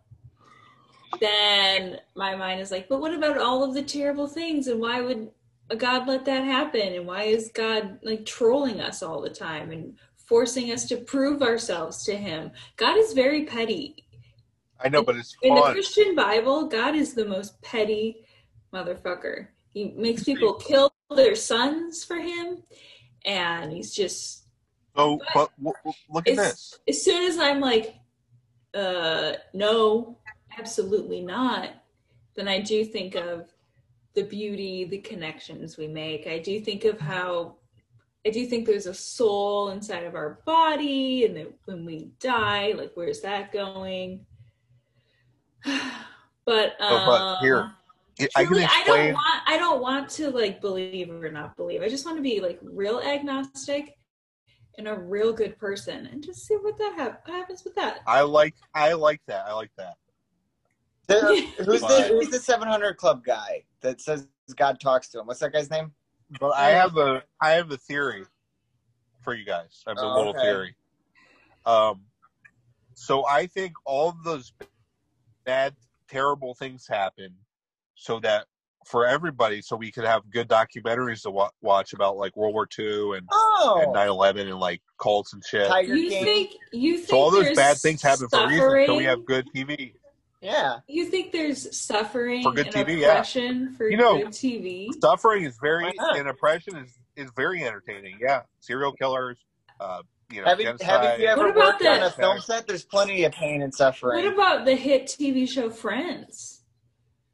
B: Then my mind is like, but what about all of the terrible things? And why would a God let that happen? And why is God like trolling us all the time and forcing us to prove ourselves to Him? God is very petty.
A: I know, but it's
B: In the
A: fun.
B: Christian Bible, God is the most petty motherfucker. He makes people kill their sons for Him, and He's just
A: So, but w- w- look at
B: It's-
A: this.
B: as soon as I'm like, uh, no, absolutely not, then I do think of the beauty, the connections we make. I do think of how I do think there's a soul inside of our body, and that when we die, like where's that going? but um,
A: but here, I can
B: truly, I don't
A: explain.
B: want I don't want to like believe or not believe. I just want to be like real agnostic and a real good person, and just see what that hap- happens with that.
A: I like I like that. I like that.
C: There- who's the
A: Fine.
C: Who's the 700 Club guy that says God talks to him? What's that guy's name?
A: But I have a I have a theory for you guys. I have a
C: Oh,
A: little
C: okay.
A: theory. Um, so I think all of those bad, terrible things happen, so that for everybody, so we could have good documentaries to wa- watch about like World War II and and
C: Oh,
A: 9/11 and like cults and shit.
C: Tiger
B: You
C: King.
B: think you think
A: So all those
B: there's
A: bad things happen for a reason. So we
B: suffering?
A: have good TV.
C: yeah,
B: You think there's suffering
A: For good
B: and
A: TV, yeah.
B: oppression for
A: You know,
B: good TV?
A: Suffering is very
C: Why not?
A: and oppression is is very entertaining. Yeah, serial killers. Uh, you know,
C: Haven't, haven't
A: genocide.
C: you ever
B: What about
C: worked on
B: the-
C: a film set? There's plenty of pain and suffering.
B: What about the hit TV show Friends?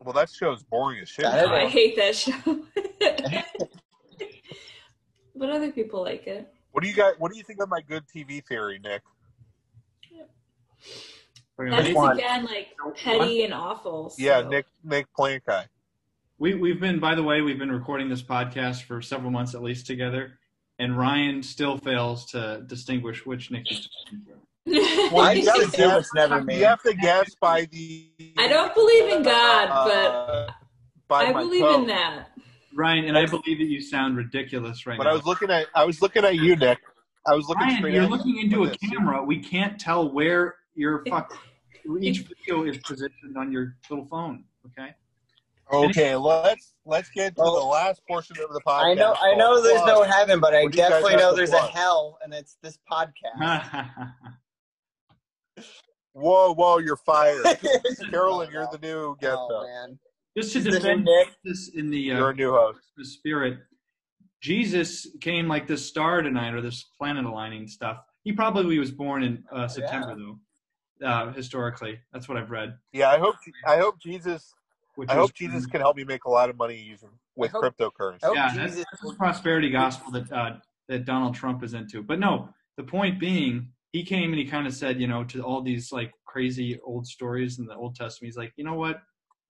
A: Well, that show's boring as shit.
C: I don't
B: Oh, I
C: know.
B: hate that show. but other people like it.
A: What do you got? What do you think of my good TV theory, Nick?
B: That
D: We're gonna
B: is
D: make-
C: one?
B: again like petty and awful. So.
A: Yeah, Nick Nick Plankai.
D: We, we've been, by the way, we've been recording this podcast for several months at least together, and Ryan still fails to distinguish which Nick is. talking to.
A: Well,
C: I
A: you
C: gotta
A: gotta
C: say
A: guess-
C: what's never me.
A: You have to guess by the.
B: I don't believe in God, but
A: uh, by
B: I
A: my
B: believe
A: toe.
B: in that.
D: Ryan, and I believe that you sound ridiculous right
A: But
D: now.
A: I was looking at I was looking at you, Nick. I was looking
D: Ryan,
A: straight
D: you're
A: at you.
D: looking into a
A: with this.
D: camera. We can't tell where your fuck each video is positioned on your little phone. Okay.
A: Okay, let's let's get to the
C: Oh.
A: last portion of the podcast.
C: I know, I know. There's no
A: Plus,
C: heaven, but I
A: What do you guys
C: definitely
A: have
C: know
A: to
C: there's
A: plug?
C: a hell, and it's this podcast.
A: Whoa, whoa, you're fired, Carolyn. You're the new guest.
C: oh,
A: host.
C: man.
D: Just to
C: Is it in
D: defend
C: Nick?
D: this in the
A: You're
D: uh,
A: a new host.
D: the spirit. Jesus came like this star tonight or this planet aligning stuff. He probably was born in uh, September though, uh, historically. That's what I've read.
A: Yeah, I hope I hope Jesus
D: Which
A: I
D: was-
A: hope Jesus can help me make a lot of money using with
C: I hope-
A: cryptocurrency.
C: Oh,
D: yeah, that's,
C: Jesus.
D: that's the prosperity gospel that uh, that Donald Trump is into. But no, the point being, he came and he kind of said, you know, to all these like crazy old stories in the Old Testament. He's like, you know what?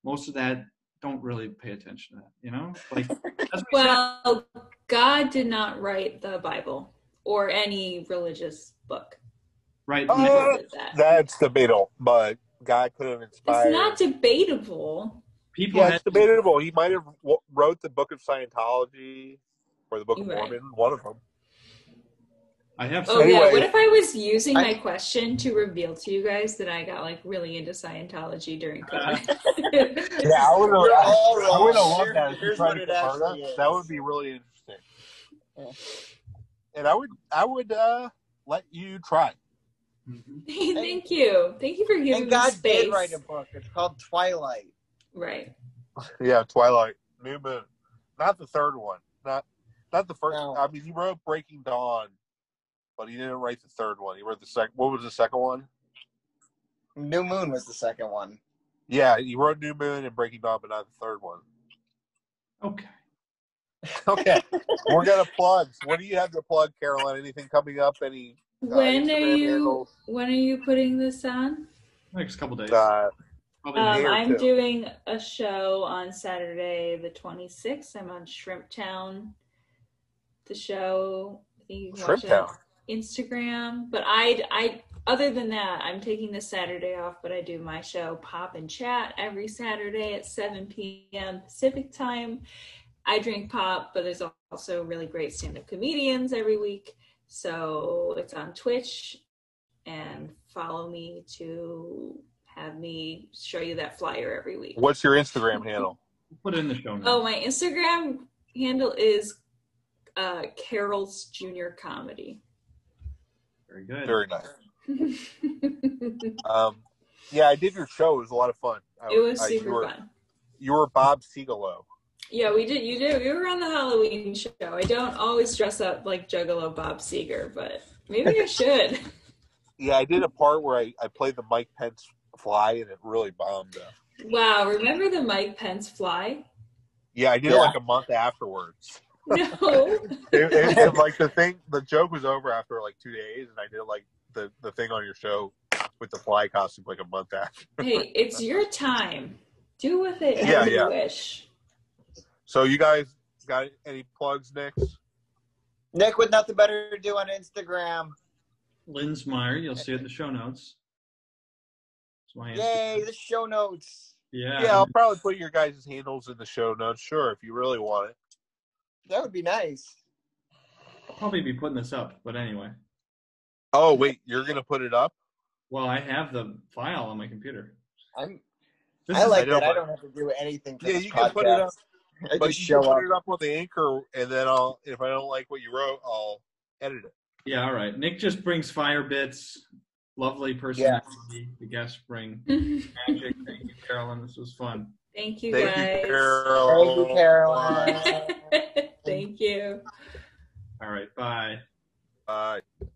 D: Most of that don't really pay attention to that. You know, like that's what he said.
B: Well, God did not write the Bible or any religious book.
D: right.
B: He
A: Oh,
B: never did that.
A: That's debatable, but God could have inspired.
B: It's not debatable.
D: People
A: yeah,
D: had
A: it's debatable. He might have w- wrote the Book of Scientology or the Book of
B: You're right.
A: Mormon, one of them.
D: I have
B: Oh
D: some
B: yeah.
A: Anyway.
B: What if I was using
C: I-
B: my question to reveal to you guys that I got like really into Scientology during COVID?
A: Yeah, I would
C: You're all wrong.
A: would have loved that. if you
C: Here's
A: tried
C: what
A: to
C: it
A: convert
C: actually
A: us.
C: is.
A: That would be really interesting.
C: Yeah.
A: And I would, I would uh, let you try.
D: Mhm.
B: Hey, thank you. Thank you for giving
C: And
B: me
C: God
B: space.
C: did write a book. It's called Twilight.
B: right.
A: Yeah, Twilight, New Moon, not the third one, not not the first.
C: No.
A: I mean, he wrote Breaking Dawn, but he didn't write the third one. He wrote the second. What was the second one?
C: New Moon was the second one.
A: Yeah, he wrote New Moon and Breaking Dawn, but not the third one.
D: Okay.
A: Okay, we're gonna plug. What do you have to plug, Caroline? Anything coming up? Any? uh,
B: When are
A: Instagram
B: you?
A: handles?
B: When are you putting this on?
D: Next couple days.
A: Uh,
D: Probably
A: Yeah.
B: Um,
A: Here,
B: I'm
A: too.
B: doing a show on Saturday the 26th. I'm on Shrimp Town. The show I think you can watch it on
A: Shrimptown.
B: Instagram. But I, I, other than that, I'm taking this Saturday off. But I do my show Pop and Chat every Saturday at 7 p.m. Pacific time. I drink pop, but there's also really great stand-up comedians every week. So it's on Twitch and follow me to have me show you that flyer every week.
A: What's your Instagram handle?
D: Put it in the show notes.
B: Oh, my Instagram handle is uh, Carol's Junior Comedy.
D: Very good.
A: Very nice.
B: it
A: Um, yeah, I did your show. It was a lot of fun. I,
B: was
A: I- Uh, you
B: super
A: were,
B: fun.
A: You were Bob Segalo.
B: Yeah, we did. You did. We were on the Halloween show. I don't always dress up like Juggalo Bob Seger, but maybe I should.
A: Yeah, I did a part where I, I played the Mike Pence fly, and it really bombed. Up.
B: wow, remember the Mike Pence fly?
A: Yeah, I did it
C: Yeah.
A: like a month afterwards.
B: No.
A: It, it, it, like the thing, the joke was over after like two days, and I did like the the thing on your show with the fly costume like a month after.
B: hey, it's your time. Do with it
A: Yeah,
B: as
A: yeah.
B: you wish.
A: So you guys got any plugs next?
C: Nick with nothing better to do on Instagram.
D: Linz Meyer, you'll see it in the show notes. That's my
C: Yay,
D: Instagram.
C: the show notes.
D: Yeah.
A: Yeah, I'll probably put your guys' handles in the show notes. Sure, if you really want it.
C: That would be nice.
D: I'll probably be putting this up, but anyway.
A: Oh wait, you're gonna put it up?
D: Well, I have the file on my computer.
C: I'm,
D: This
C: I
D: is-
A: I
C: like
A: don't
C: that. I
A: mind.
C: don't have to do anything. For
A: Yeah,
C: this
A: you can put it
C: podcast.
A: up,
C: I
A: But
C: just
A: you can
C: show
A: put
C: up.
A: it up on the anchor, and then I'll if I don't like what you wrote, I'll edit it.
D: yeah, all right. Nick just brings fire bits. Lovely personality. The guests bring
B: Thank
D: magic. Thank you, Carolyn. This was fun.
B: you
A: Thank
B: guys.
A: you, Carol.
C: Thank you, Caroline.
B: Thank you.
D: All right. Bye.
A: Bye.